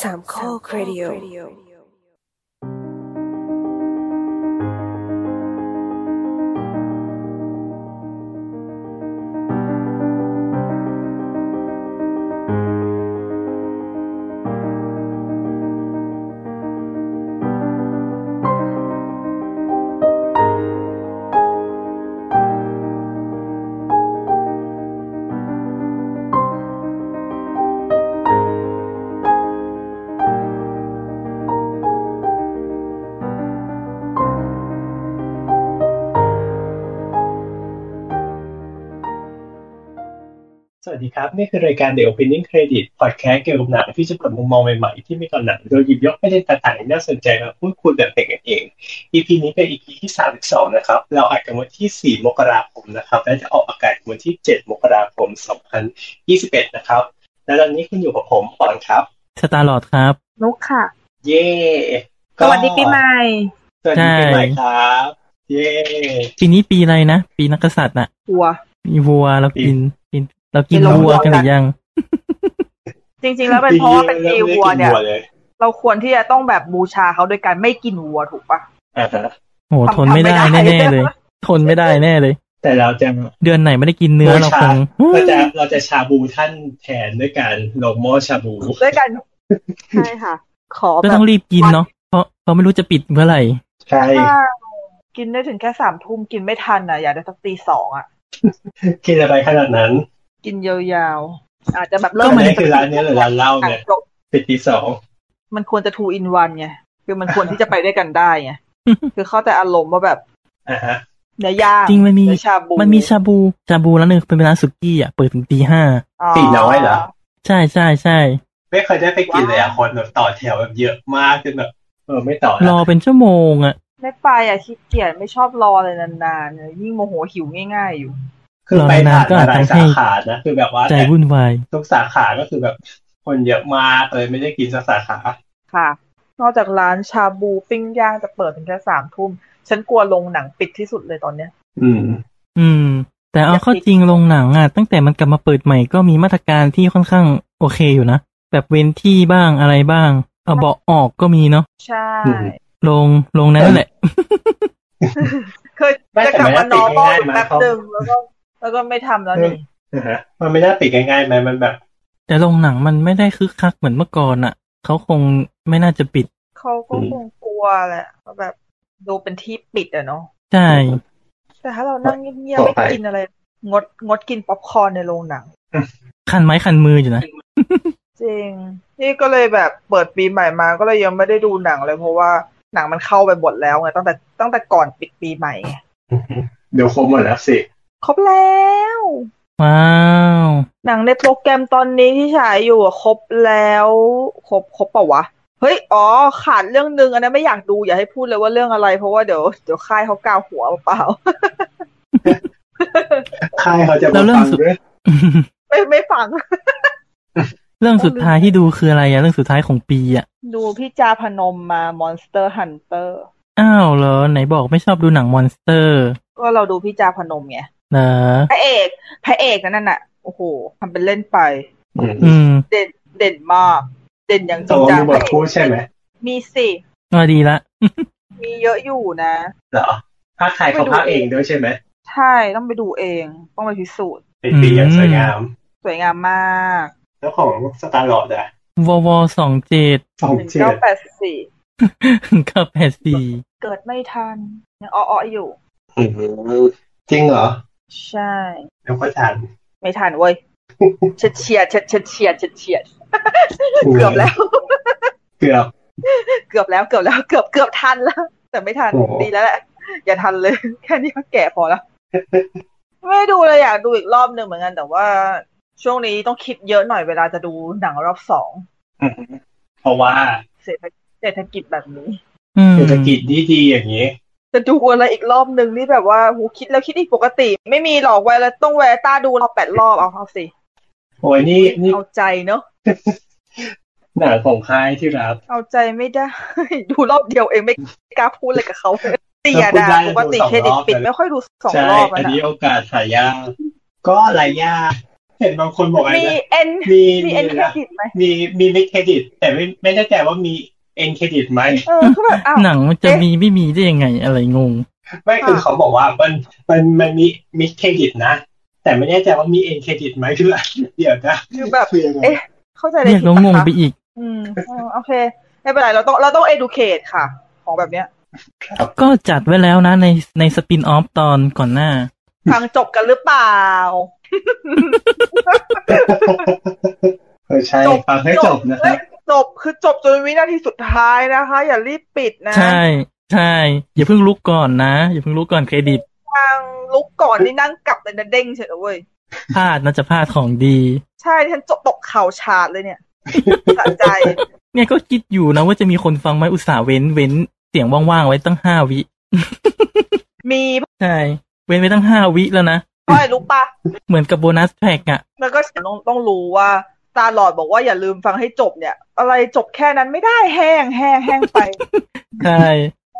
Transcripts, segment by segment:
สามข้อครดิโอ สวัสดีครับ นี่คือรายการ The Opening Credit Podcast เกี่ยวกับหนังที่จะเปิดมุมมองใหม่ๆ ที่มีต่อหนังโดยหยิบยกประเด็นต่างๆที่น่าสนใจมาพูดคุยแบบเป็นกันเอง EP นี้เป็น EP ที่ 32 นะครับ เราอัดกันวันที่ 4 มกราคมนะครับ และจะออกอากาศวันที่ 7 มกราคม 2021 นะครับ และตอนนี้คุณอยู่กับผมปอนครับ สตาร์ลอดครับ นุกค่ะ เย่ สวัสดีปีใหม่ สวัสดีปีใหม่ครับ เย่ ปีนี้ปีอะไรนะ ปีนักกษัตริย์น่ะ หัว มีวัวเรากินกิน เรากิกินน วัว วัว กันหรือยัง จริง ๆ แล้วเป็นเพราะว่าเป็นปีวัวเนี่ย ลย เราควรที่จะต้องแบบบูชาเขาโดยการไม่กินวัวถูกปะ อ่าฮะ โหทนไม่ได้ ทำไม่ได้ แน่ๆเลย ทนไม่ได้แน่เลย แต่เราจะ เดือนไหนไม่ได้กินเนื้อ บูชา เราคง เราจะเราจะชาบูท่านแทนด้วยการลงหม้อชาบู ด้วยกัน ใช่ค่ะ ขอ ก็ แบบ ต้องรีบกินเนาะเพราะเพราะไม่รู้จะปิดเมื่อไหร่ ใช่ ถ้ากินได้ถึงแค่สามทุ่มกินไม่ทันอ่ะ อยากได้สักตีสองอ่ะ กินอะไรขนาดนั้น กินยาวๆ อาจจะแบบเริ่ ก็ ม มันคือร้านเนี้ยหรือร้านเหล้าเนี่ย จบ ปิดตีสอง มันควรจะ two in one ไงคือมันควรที่จะไปด้วยกันได้ไงคือเข้าใจอารมณ์ว่าแบบ อ่ะฮะ เนื้อย่าง จริงมันมี เนื้อชาบู มันมีชาบูชาบูร้านหนึ่งเป็นร้านสุกี้อ่ะเปิดถึงตีห้า อ๋อ ตีน้อยเหรอ ใช่ใช่ใช่ ไม่เคยได้ไปกินเลยอะคนแบบต่อแถวแบบเยอะมากจนแบบเออไม่ต่อ ร ละ อเป็นชั่วโมงอ่ะ ไม่ไปอ่ะขี้เกียจไม่ชอบรอเลยนานๆเนี่ยยิ่งโมโหหิวง่าย ๆ อยู่ คือไปผ่านมานรอานๆก็ หลาย ทำให้ สาขานะคือแบบว่า ใจวุ่นวาย ทุกสาขาก็คือแบบคนเยอะมากเลยไม่ได้กินสักสาขา ค่ะ นอกจากร้านชาบูปิ้งย่างจะเปิดถึงแค่สามทุ่ม ฉันกลัวลงหนังปิดที่สุดเลยตอนเนี้ย อืม อืม แต่เอา อยาก เข้อ ติด จริงโรงหนังอ่ะตั้งแต่มันกลับมาเปิดใหม่ก็มีมาตรการที่ค่อนข้างโอเคอยู่นะ แบบเว้นที่บ้างอะไรบ้าง เอาเบาะออกก็มีเนาะ ใช่ อืม ลงลงนั้นแหละ เคย ไม่ จะ แต่ กลับ มัน มา ติด normal ง่ายๆ แป๊บ มาเขา หนึ่งแล้วก็แล้วก็ไม่ทำแล้ว อืม นี่ อ่ะฮะมันไม่ได้ปิดง่ายๆไหมมันแบบ แต่โรงหนังมันไม่ได้คึกคักเหมือนเมื่อก่อนอ่ะ เขาคงไม่น่าจะปิด เขาก็ อืม คงกลัวแหละว่าแบบดูเป็นที่ปิดอะเนาะ ใช่ แต่ถ้าเรานั่งเงียบๆ ต่อ ไม่ ไป กินอะไร งดงดกินป๊อปคอร์นในโรงหนัง คันไม้คันมืออยู่นะ จริง นี่ก็เลยแบบเปิดปีใหม่มาก็เลยยังไม่ได้ดูหนังเลยเพราะว่าหนังมันเข้าไปหมดแล้วไงตั้งแต่ตั้งแต่ก่อนปิดปีใหม่ไง เดี๋ยวครบหมดแล้วสิ ครบแล้ว ว้าว หนังในโปรแกรมตอนนี้ที่ฉายอยู่อะครบแล้ว ครบครบเปล่าวะ เฮ้ย อ๋อ ขาดเรื่องนึงอันนั้นไม่อยากดูอย่าให้พูดเลยว่าเรื่องอะไร เพราะว่าเดี๋ยวเดี๋ยวค่ายเขากาวหัวเปล่า ค่ายเขาจะ แล้ มาว เรื่อง ฟัง สุด ด้วย ไม่ไม่ฟัง เรื่องสุดท้ายที่ดูคืออะไรอ่ะ เรื่องสุดท้ายของปีอ่ะ ดูพี่จาพนมมา Monster Hunter อ้าวเหรอไหนบอกไม่ชอบดูหนังมอนสเตอร์ ก็เราดูพี่จาพนมไง เหรอ พระเอกพระเอกนั่นน่ะโอ้โหทำเป็นเล่นไป อืม เด่นเด่นมาก เด่นอย่างจ ต ริ ก ง ลง จัง มีบทพูดใช่ไหม มีสิ ก็ดีละ มีเยอะอยู่นะ เหรอภาคไทยเขาภาคเองด้วยใช่ไหม ใช่ต้องไปดูเอง ต้องไปพิสูจน์ เป็นปีอย่างสวยงาม สวยงามมาก แล้วของสตาร์ลอดอะ วอวสองเจ็ด สอง หนึ่ง เจ็ เก้า ด แปดสี่ กับแปดสี่ เกิดไม่ทันยังอ้อๆอยู่ อืมจริงเหรอ ใช่ แล้วก็ทัน ไม่ทันเว้ ยเฉียดเฉียดเฉียดเฉียดเฉียดเฉียดเฉียดเกือบแล้ว เกือบ เกือบแล้วเกือบแล้วเกือบ เกือบทันแล้ว แต่ไม่ทัน โอ้โห ดีแล้วแหละอย่าทันเลย แค่นี้ก็แก่พอแล้ว ไม่ดูเลยอยากดูอีกรอบหนึ่งเหมือนกัน แต่ว่าช่วงนี้ต้องคิดเยอะหน่อยเวลาจะดูหนังรอบสอง เพราะว่า เศรษฐเศรษฐกิจแบบนี้ อืม เศรษฐกิจดีดีๆอย่างนี้ จะดูอะไรอีกรอบหนึ่งนี่แบบว่าหูคิดแล้วคิดอีกปกติ ไม่มีหรอกเวลาต้องเวลาตาดูรอบแปดรอบเอาเอาสิ โอ้ยนี่นี่ เอาใจเนาะ หนังของค่ายที่รับ เอาใจไม่ได้ ดูรอบเดียวเองไม่กล้าพูดอะไรกับเขาเสียดาปกติเครดิตปิดไม่ค่อยดูสอง ใช่ รอบอะ อัน นะ นี้โอกาสหายากก็หลายยาก เห็นบางคนบอกอะไร มี นะ เอ็น มี มี มี เอ็นเคร นะ ดิตไหม มีมีมิดเครดิต แต่ไม่ไม่แน่ใจว่ามีเอ็นเครดิตไหม เออก็แบบอ้าว หนังมันจะ เอ๊ะ มีไม่มีได้ยังไงอะไรงง ไม่คือ ค่ะ เขาบอกว่ามันมันมันมีมิดเครดิตนะ แต่ไม่แน่ใจว่ามีเอ็นเครดิตไหม คืออะไรเดี๋ยวนะ คือแบบ คือยังไง เอ๊ะ เข้าใจอะไร เนี่ย ผิด ก็งง ปะคะ ไปอีก อืมเออโอเค ไม่เป็นไรเราต้องเราต้อง educate ค่ะ ของแบบเนี้ย ก็จัดไว้แล้วนะในในสปินออฟตอนก่อนหน้า ฟังจบกันหรือเปล่า เออใช่ฟังให้จบนะครับ จบคือจบจนวินาทีสุดท้ายนะคะ อย่ารีบปิดนะ ใช่ใช่อย่าเพิ่งลุกก่อนนะ อย่าเพิ่งลุกก่อนเครดิต ทางลุกก่อนนี่นั่งกลับเลยนะเด้งเฉยเลยเว้ย พลาดน่าจะพลาดของดี ใช่ฉันจบตกเข่าชาดเลยเนี่ยสะใจ เนี่ยก็คิดอยู่นะว่าจะมีคนฟังไหมอุตส่าห์เว้นเว้นเสียงว่างๆไว้ตั้งห้าวิ มี ใช่ เว้นไว้ตั้งห้าวิแล้วนะ เพราะอะไรรู้ปะ เหมือนกับโบนัสแทร็กอะ มันก็ฉันต้องต้องรู้ว่าตาหลอดบอกว่าอย่าลืมฟังให้จบเนี่ย อะไรจบแค่นั้นไม่ได้แห้งแห้งแห้งไป ใช่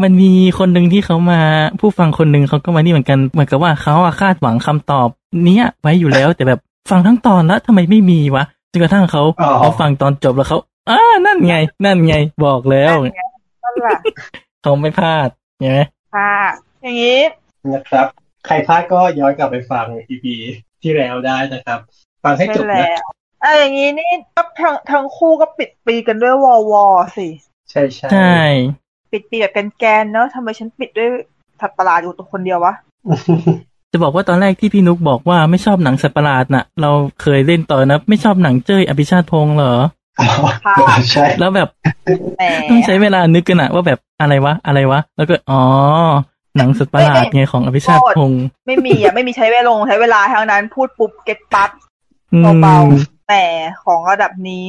มันมีคนหนึ่งที่เขามาผู้ฟังคนหนึ่งเขาก็มานี่เหมือนกัน เหมือนกับว่าเขาอะคาดหวังคำตอบเนี้ยไว้อยู่แล้ว แต่แบบฟังทั้งตอนแล้วทำไมไม่มีวะจนกระทั่งเขาเขาฟังตอนจบแล้วเขาอ่านั่นไง นั่นไงบอกแล้ว นั่นแหละ เขาไม่พลาดใช่ไหม ค่ะอย่างนี้ นะครับ ใครพลาดก็ย้อนกลับไปฟัง EP ที่แล้วได้นะครับ ฟังให้จบนะ เอออย่างนี้นี่ก็ทั้งทั้งคู่ก็ปิดปีกันด้วยวอวอสิ ใช่ใช่ ใช่ ปิดปีแบบแกนๆเนอะทำไมฉันปิดด้วยถัดประหลาดอยู่ตัวคนเดียววะ จะบอกว่าตอนแรกที่พี่นุกบอกว่าไม่ชอบหนังสัตว์ประหลาดน่ะ เราเคยเล่นต่อนะไม่ชอบหนังเจ้ยอภิชาติพงษ์เหรอ ค่ะ ใช่ แล้วแบบ แหม ต้องใช้เวลานึกกันอะว่าแบบอะไรวะอะไรวะ แล้วก็อ๋อหนังสัตว์ประหลาดไงของอภิชาติพงษ์ ไม่มีอ่ะ ไม่มีใช้เวลาลงใช้เวลาทั้งนั้นพูดปุ๊บเก็ตปั๊บ อืม เบาๆแหมของระดับนี้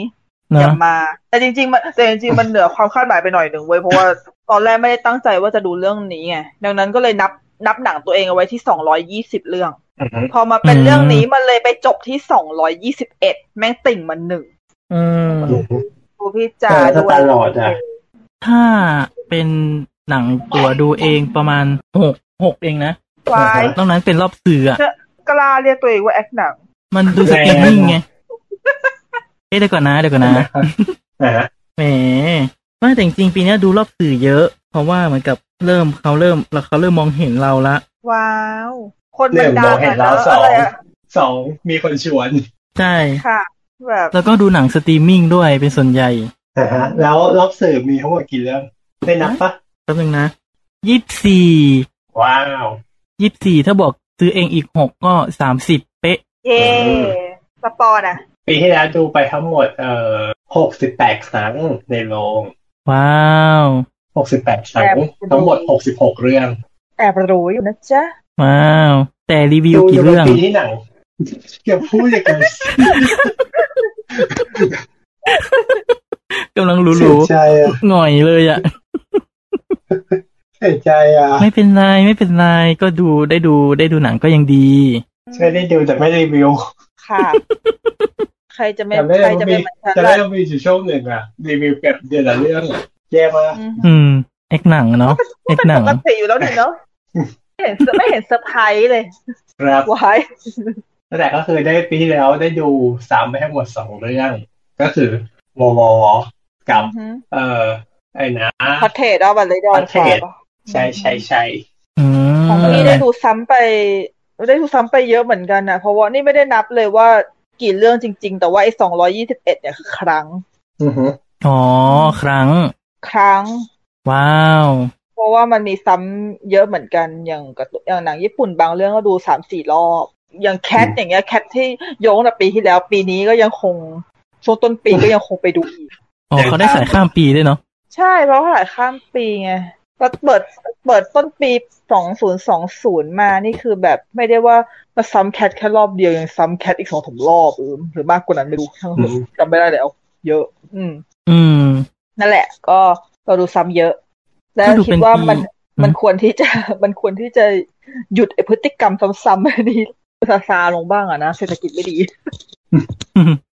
อ เนาะ ย่ามา แต่จริงๆมันแต่จริงๆมันเหนือความคาดหมายไปหน่อยหนึ่งเว้ยเพราะว่าตอนแรกไม่ได้ตั้งใจว่าจะดูเรื่องนี้ไงดังนั้นก็เลยนับนับหนังตัวเองเอาไว้ที่สองร้อยยี่สิบเรื่อง อือฮึ พอมาเป็นเรื่องนี้มันเลยไปจบที่สองร้อยยี่สิบเอ็ดแม่งติ่งมันหนึ่ง อืม ดูพี่จา แต่ถ้า ด้วย ตาหลอดอ่ะ ถ้าเป็นหนังตัวดูเองประมาณหกหกเองนะ วาย นอกนั้นเป็นรอบสื่ออะ กล้าเรียกตัวเองว่าแอคหนัง มันดูสตรีมมิ่งไงเอ๊ะเดี๋ยวก่อนนะเดี๋ยวก่อนนะ นะฮะ แหมไม่แต่จริงๆปีเนี้ยดูรอบสื่อเยอะ เพราะว่าเหมือนกับเริ่มเขาเริ่มแล้วเขาเริ่มมองเห็นเราละ ว้าว คน ห มั นึ่ น ง ดั มอง งเห็น อะ แล้ แล้ว ว สอ อะ ง ไรอะ สองมีคนชวน ใช่ ค่ะ แบบ แล้วก็ดูหนังสตรีมมิ่งด้วยเป็นส่วนใหญ่ นะฮะแล้วรอบสื่อมีทั้งหมดกี่เรื่องได้นับปะ แป๊บนึงนะยี่สี่ ว้าว ยี่สี่ถ้าบอกซื้อเองอีกหกก็สามสิบเป๊ะ เย่สปอนอะ ปีที่แล้วดูไปทั้งหมดเอ่อหกสิบแปดครั้งในโรง ว้าว หกสิบแปดครั้งทั้งหมดหกสิบหกเรื่อง แอบรู้อยู่นะจ๊ะ ว้าว แต่รีวิวกี่เรื่อง ดูปีที่หนังอย่าพูดอย่างนั้น กำลัง เสีย รู้ ใจอ่ะ ๆหน่อยเลยอะ เสียใจอ่ะ ไม่เป็นไรไม่เป็นไรก็ดูได้ดูได้ดูหนังก็ยังดี ใช่ได้ดูแต่ไม่ได้รีวิว ค่ะ ใครจะไม่ แต่ไม่ ใคร ได้ จะ มี ไม่เหมือนฉัน แต่ไม่ ล่ะ ได้มีอยู่ช่วงหนึ่งอ่ะรีวิวแบบเดือนละเรื่องอะแย่มาก อืม อืมแอกหนังอะเนาะแอก เป็น หนั ป ง กติอยู่แล้วนี่เนาะไม่เห็นไม่เห็นเซอร์ไพรส์เลย ครับ วาย นั่นแหละก็คือได้ปีที่แล้วได้ดูซ้ำไปทั้งหมดสองเรื่อง ก็คือวอวอกับเอ่อไอ้นะ พัทเทดเอาบัตรเลยดอน พัทเทศ ใช่ใช่ใช่ อืม ของพี่ได้ดูซ้ำไปได้ดูซ้ำไปเยอะเหมือนกันนะเพราะว่านี่ไม่ได้นับเลยว่ากี่เรื่องจริง ๆ แต่ว่าไอ้สองร้อยี่สิบเอ็ดเนี่ยคือครั้ง อือฮึ อ๋อครั้ง ครั้ง ว้าว เพราะว่ามันมีซ้ำเยอะเหมือนกันอย่างกับตัวอย่างหนังญี่ปุ่นบางเรื่องก็ดูสามสี่รอบ อย่างแคทอย่างเงี้ยแคทที่โยงแต่ปีที่แล้วปีนี้ก็ยังคงช่วงต้นปีก็ยังคงไปดูอีก อ๋อเขาได้สายข้ามปีด้วยเนาะ ใช่เพราะว่าหลายข้ามปีไงก็เปิดเปิดต้นปีสองศูนย์สองศูนย์มานี่คือแบบไม่ได้ว่ามาซ้ำแคทแค่รอบเดียวยังซ้ำแคทอีกสองถมรอบเออหรือมากกว่านั้นไม่รู้ทั้งหมดจำไม่ได้แล้ว เยอะ อืม อืม นั่นแหละ ก็เราดูซ้ำเยอะ แล้ว ก็ดู คิ เป็ ด น ว่า ปี มัน ม มันควรที่จะ มันควรที่จะหยุดไอ้พฤติกรรมซ้ำๆ อันนี้ซาซาลงบ้างอะนะเศรษฐกิจไม่ดี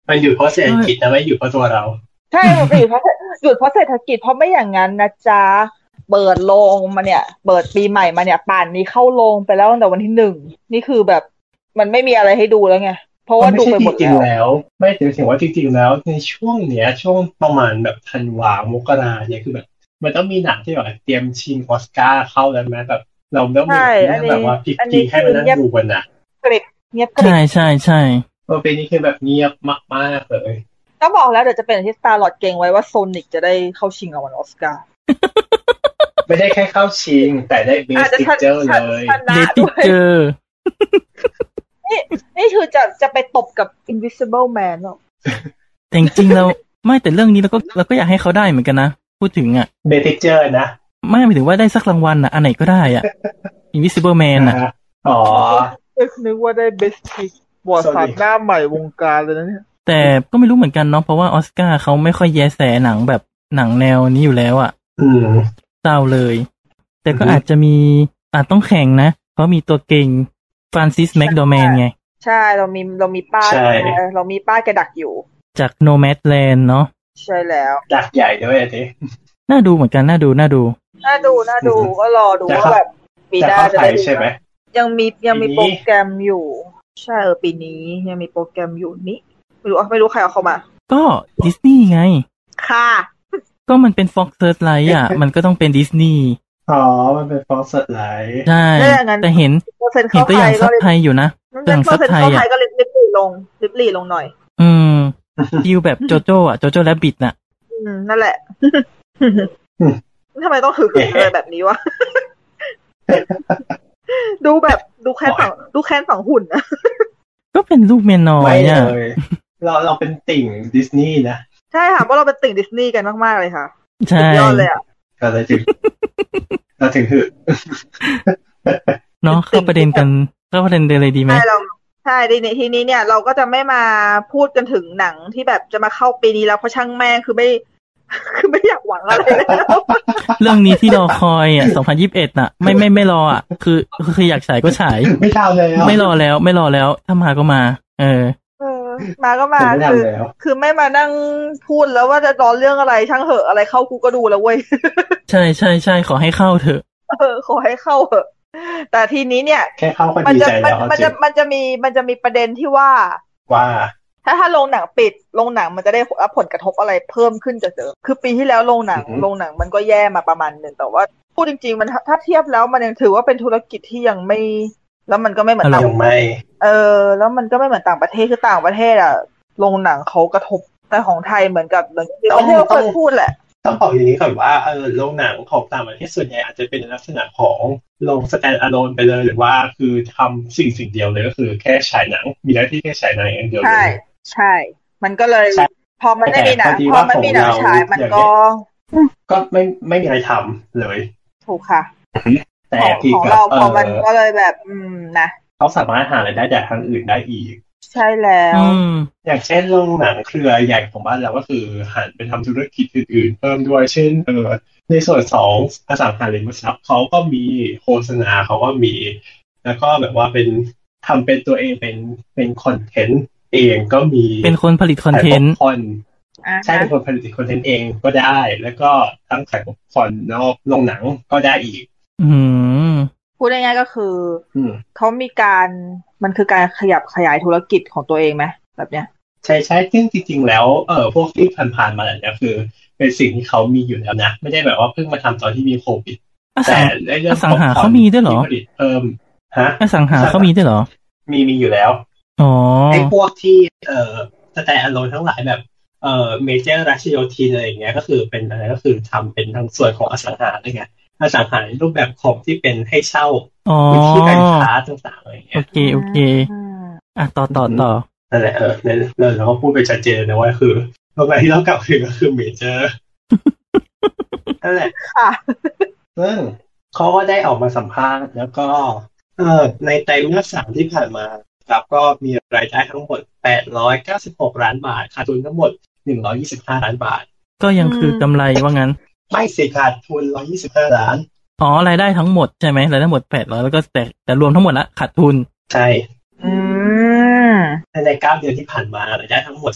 มันอยู่เพราะเศรษฐกิจนะไม่อยู่เพราะตัวเรา ใช่มันหยุดเพราะหยุดเพราะเศรษฐกิจเพราะไม่อย่างนั้นนะจ๊ะเปิดโรงมาเนี่ย เปิดปีใหม่มาเนี่ย ป่านนี้เข้าโรงไปแล้วตั้งแต่วันที่หนึ่งนี่คือแบบ มันไม่มีอะไรให้ดูแล้วไง เพราะว่า ไม่ ดู ใช่ ไป จ หมด ริ แล้ ง ว ๆแล้ว ไม่ถึงถึงว่าจริงๆแล้ว ในช่วงเนี้ย ช่วงประมาณแบบธันวามกราเนี่ยคือแบบ มันต้องมีหนังที่แบบเตรียมชิงออสการ์เข้าแล้วไหมแบบ เราต้องมี ใช่ แบบ อันี้เรื่อน งแบบว่าพิก อันนี้ กี้ให้มันนั่ง เงียบ ดูกันนะ เงียบกริบ ใช่ใช่ใช่ เออเป็นนี่คือแบบเงียบมากๆเลย ก็บอกแล้วเดี๋ยวจะเป็นอย่างที่สตาร์ลอดเก่งไว้ว่าโซนิกจะได้เข้าชิงรางวัลออสการ์ ไม่ได้แค่เข้าชิง แต่ได้เบส อาจจะ ติ ชนะ เจอร์เลย ชนะ เดติ ด้วย เจอ นี่คือจะจะไปตบกับ Invisible Man หรอ แต่จริงๆเราไม่แต่เรื่องนี้เราก็เราก็อยากให้เขาได้เหมือนกันนะ พูดถึงอ่ะ เบสติเจอร์นะ ไม่หมายถึงว่าได้สักรางวัลอ่ะ อันไหนก็ได้อ่ะ Invisible Man อ่ะ นะอ๋อ นึกว่าได้ Best Pick บอร์ดสาม Sonic หน้าใหม่วงการเลยนะเนี่ย แต่ก็ไม่รู้เหมือนกันเนาะเพราะว่าออสการ์เขาไม่ค่อยแยแสหนังแบบหนังแนวนี้อยู่แล้วอ่ะ อืม เศร้าเลย แต่ก็ อือฮึ อาจจะมีอาจต้องแข่งนะ เพราะมีตัวเก่งฟราน ซิสแม็กโดแมนไง ใช่เรามีเรามีป้าย ใช่ เรามีป้ายกระดักอยู่ จาก Nomadland เนาะ ใช่แล้ว ดักใหญ่ด้วยอันนี้ น่าดูเหมือนกันน่าดูน่าดู น่าดูน่าดู อือฮึ ก็รอดู แต่ ว่า เขา แบบปีหแต่น้า เข้า จะ ไท ได้ ยใช่ไหม ยังมียังมี ปีนี้ โปรแกรมอยู่ ใช่เออปีนี้ยังมีโปรแกรมอยู่นี่ไม่รู้ไม่รู้ใครเอาเข้ามา ก็ดิสนีย์ไง ค่ะ ก็มันเป็น Fox Searchlight อ่ะ มันก็ต้องเป็นดิสนีย์ อ๋อ มันเป็นฟอสเซอร์ไลท์ ใช่ เอองั้น แต่เห็น เปอร์เซ็นต์ เห็น เข้า ตัว ไท อยก็เลยย่างซับไทยอยู่นะ มันเป็นเปอร์เซ็นต์เข้าไทยก็เลยลิบลีลงลิบลีลงหน่อย อื มฟิลแบบโจโจ้อ่ะโจโจ้และบิดน่ะ อืมนั่นแหละทำไมต้องหืออะไรแบบนี้วะ ดูแบบดูแค้นฝังดูแค้นฝังหุ่นนะ ก็เป็นลูกเมียน้อย ไม่ อ่ะ เลยเราเราเป็นติ่งดิสนีย์นะ ใช่ค่ะเพราะเราเป็นติ่งดิสนีย์กันมากๆเลยค่ะสุ ใช่ ดยอดเลยอ่ะ ก็เลยถึง เราถึง หือ เนาะ จริ เข้าง ๆ ประเด็นกันเข้าประเด็นเลยดีไหม ใช่เราใช่ทีนี้ทีนี้เนี่ยเราก็จะไม่มาพูดกันถึงหนังที่แบบจะมาเข้าปีนี้แล้วเพราะช่างแม่งคือไม่ คือไม่อยากหวังอะไรแล้ว เรื่องนี้ที่รอคอยอ่ะ 2021 น่ะ ไม่ไม่ไม่รออ่ะ คือคืออยากฉายก็ ฉาย ไม่ทำแล้ว ไม่รอแล้วไม่รอแล้ว ถ้ามาก็มา เออ เออมาก็มา ผมไม่ทำ คือ แล้ว คือไม่มานั่งพูดแล้วว่าจะรอเรื่องอะไรช่างเหอะอะไรเข้ากูก็ดูแล้วเว้ย ใช่ใช่ใช่ขอให้เข้าเถอะ เออขอให้เข้าเหอะแต่ทีนี้เนี่ย แค่เข้าก็ มัน ดี จะ ใจ มัน แล้ว มัน จริ จะ ง มันจะมีมันจะมีประเด็นที่ว่า ว่า ถ้าถ้าโรงหนังปิดโรงหนังมันจะได้รับผลกระทบอะไรเพิ่มขึ้นจากเดิมคือปีที่แล้วโรงหนัง อือหือ โรงหนังมันก็แย่มาประมาณหนึ่งแต่ว่าพูดจริง ๆ มันถ้าถ้าเทียบแล้วมันยังถือว่าเป็นธุรกิจที่ยังไม่ แล้วมันก็ไม่เหมือน อะไร ต่าง ยังไม่ เออแล้วมันก็ไม่เหมือนต่างประเทศคือต่างประเทศอะโรงหนังเขากระทบแต่ของไทยเหมือนกับเหมือนที่ปต้อง ระเทศเราเคต้อง ยพูดแหละ ต้องบอกอย่างนี้ก่อนว่าเออโรงหนังของต่างประเทศส่วนใหญ่อาจจะเป็นลักษณะของโรงสแตนด์อะโลนไปเลยหรือว่าคือทำสิ่งสิ่งเดียวเลยก็คือแค่ฉายหนัง มีหน้าที่แค่ฉายหนังอย่างเดียวเล ใช่ ย ใช่ มันก็เลย ใช่ พอมันไม่มีหนัง แต่พอดี พอ ว่า มันมีหนัง ของเรา ฉายมัน อย่างเงี้ ก็ ย ก็ไม่ไม่มีอะไรทำเลย ถูกค่ะ แต่ ของ ที่ ของ ก็ เรา เอ พอมัน อ ก็เลยแบบ อืมนะ เขาสามารถหารายได้จากทางอื่นได้อีก ใช่แล้ว อืม อย่างเช่นโรงหนังเครือใหญ่ของบ้านเราก็คือหันไปทำธุรกิจอื่นๆเพิ่มด้วยเช่นเออในส่วนของอสังหาริมทรัพย์เขาก็มีโฆษณาเขาก็มี แล้วก็แบบว่าเป็นทำเป็นตัวเองเป็นเป็นคอนเทนต์เองก็มี เป็นคนผลิตคอนเทนต์ ขายป๊ปคอร์น อ่ะ ใช่เป็นคนผลิตคอนเทนต์เองก็ได้ แล้วก็ทั้งขายป๊อปคอร์นนอกโรงหนังก็ได้อีก อืม พูดง่ายๆก็คือ อืม เขามีการมันคือการขยับขยายธุรกิจของตัวเองไหมแบบเนี้ย ใช่ใช่ซึ่งจริง ๆ แล้วเออพวกที่ผ่านๆมาเนี่ยคือ เป็นสิ่งที่เขามีอยู่แล้วนะ ไม่ได้แบบว่าเพิ่งมาทำตอนที่มีโควิด อสั แต่ ง ในเรื่อง อสังหาเขามีด้วยเหรอ ที่ผลิตเพิ่มฮะ อสังหาเขามีด้วยเหรอ มีมีอยู่แล้ว อ๋อ ไอ้พวกที่เอ่อสแตนอะโลนทั้งหลายแบบเอ่อเมเจอร์รัชโยธินอะไรอย่างเงี้ยก็คือเป็นอะไรก็คือทำเป็นทางส่วนของอสังหาเลยไงอสังหาในรูปแบบของที่เป็นให้เช่า อ๋อ พื้นที่การค้าต่างๆอะไรอย่าง โอ เงี้ย เคโอเค อ่ะต่อต่อต่อ นั่นแหละเออนั่นนั่นเราก็พูดไปชัดเจนนะว่าคือตรงไหนที่เรากล่าวถึงก็คือเมเจอ ร์นั่นแหละ ค่ะ ซึ่งเขาก็ได้ออกมาสัมภาษณ์แล้วก็เอ่อในไตรมาสสามที่ผ่านมาครับก็มีรายได้ทั้งหมด 896 ล้านบาทขาดทุนทั้งหมด 125 ล้านบาท ก็ยังคือกำไรว่างั้น ไม่สิขาดทุน 125 ล้าน อ๋อรายได้ทั้งหมดใช่ไหมรายได้หมดแปดร้อยแล้วก็แต่แต่รวมทั้งหมดละขาดทุน ใช่ อืม ในเก้าเดือนที่ผ่านมารายได้ทั้งหมด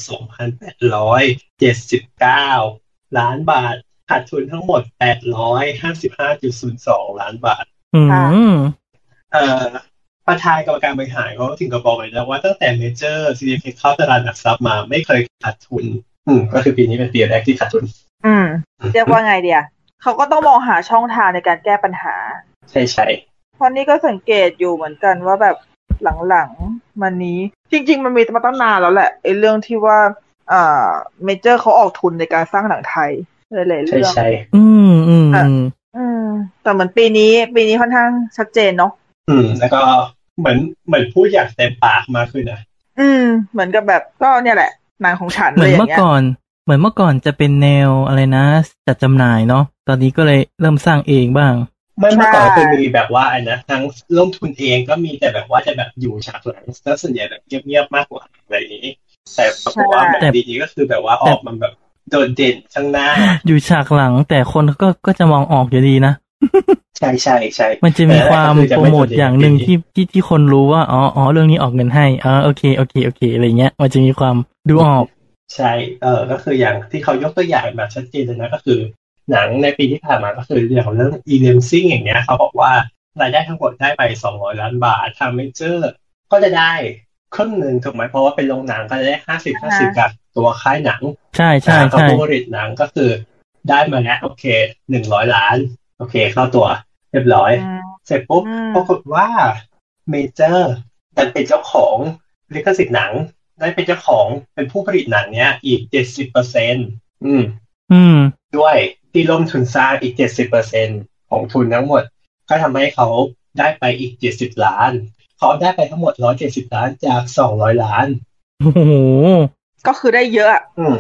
2,879 ล้านบาทขาดทุนทั้งหมด 855.02 ล้านบาท อืม เอ่อ ประธานกรรมการบริหารเขาถึงกับบอกเลยนะว่าตั้งแต่เมเจอร์ซีดีเคเข้าตลาดหลักทรัพย์มาไม่เคยขาดทุน อืมก็คือปีนี้เป็นปีแรกที่ขาดทุน อืม เรียกว่าไงเดียเขาก็ต้องมองหาช่องทางในการแก้ปัญหา ใช่ใช่ เพราะนี่ก็สังเกตอยู่เหมือนกันว่าแบบหลังๆมันนี้ จริง ๆ มันมีมาตั้งนานแล้วแหละไอ้เรื่องที่ว่าอ่าเมเจอร์เขาออกทุนในการสร้างหนังไทยหลายๆ ใช่ เรื่อง ใช่ อืมอืมอืม อืม แต่เหมือนปีนี้ ปีนี้ค่อนข้างชัดเจนเนาะ อืม แล้วก็เหมือนเหมือนพูดอย่างเต็มปากมากขึ้นนะ อืม เหมือนกับแบบก็เนี่ยแหละหนังของฉันะ เหมือน ไรย่าง เมื่อ งี้ย ก่อน เหมือนเมื่อก่อนจะเป็นแนวอะไรนะ จัดจำหน่ายเนาะตอนนี้ก็เลยเริ่มสร้างเองบ้าง ไม่เมื่อก่อน ใช่ เคยมีแบบว่าอันนะทั้งลงทุนเองก็มีแต่แบบว่าจะแบบอยู่ฉากหลังแล้วส่วนใหญ่แบบเงียบๆมากกว่าอะไรอย่างนี้ แต่ปรากฏว่าแบบดีนี้ก็คือแบบว่าออกมันแบบโดดเด่นข้างหน้า อยู่ฉากหลังแต่คนก็ก็จะมองออกอยู่ดีนะ ใช่ใช่ใช่ มันจะมีความ แต่ก็คือจะ โปร ไม่ โมท โดดเด่น อย่างหนึ่ง อย่างนี้ ที่ที่ที่คนรู้ว่าอ๋ออ๋อเรื่องนี้ออกเงินให้อ๋อโอเคโอเคโอเคอะไรเงี้ย มันจะมีความดูออก ใช่ เออก็คืออย่างที่เขายกตัวอย่างแบบชัดเจนเลยนะก็คือ หนังในปีที่ผ่านมาก็คืออย่างเรื่อง e l e m s i n g อย่างเงี้ยเขาบอกว่ารายได้ทั้งหมดได้ไป 200 ล้านบาททางเมเจอร์ก็จะได้ครึ่งหนึ่งถูกไหมเพราะว่าเป็นโรงหนังก็จะได้ 50 50 กับตัวค่ายหนัง ใช่ใช่ นะเขา ใช่ ผู้ผลิตหนังก็คือได้มาแล้วโอเค 100 ล้าน โอเคเข้าตัวเรียบร้อย อืม เสร็จปุ๊บ อืม ปรากฏว่าเมเจอร์ดันเป็นเจ้าของลิขสิทธิ์หนัง ได้เป็นเจ้าของเป็นผู้ผลิตหนังเนี้ยอีกเจ็ดสิบเปอร์เซ็นต์ อืม ด้วยที่ร่วมทุนสร้างอีกเจ็ดสิบเปอร์เซ็นต์ของทุนทั้งหมด ก็ทำให้เขาได้ไปอีกเจ็ดสิบล้าน เขาได้ไปทั้งหมดร้อยเจ็ดสิบล้านจากสองร้อยล้าน โอ้โห ก็คือได้เยอะอะ อืม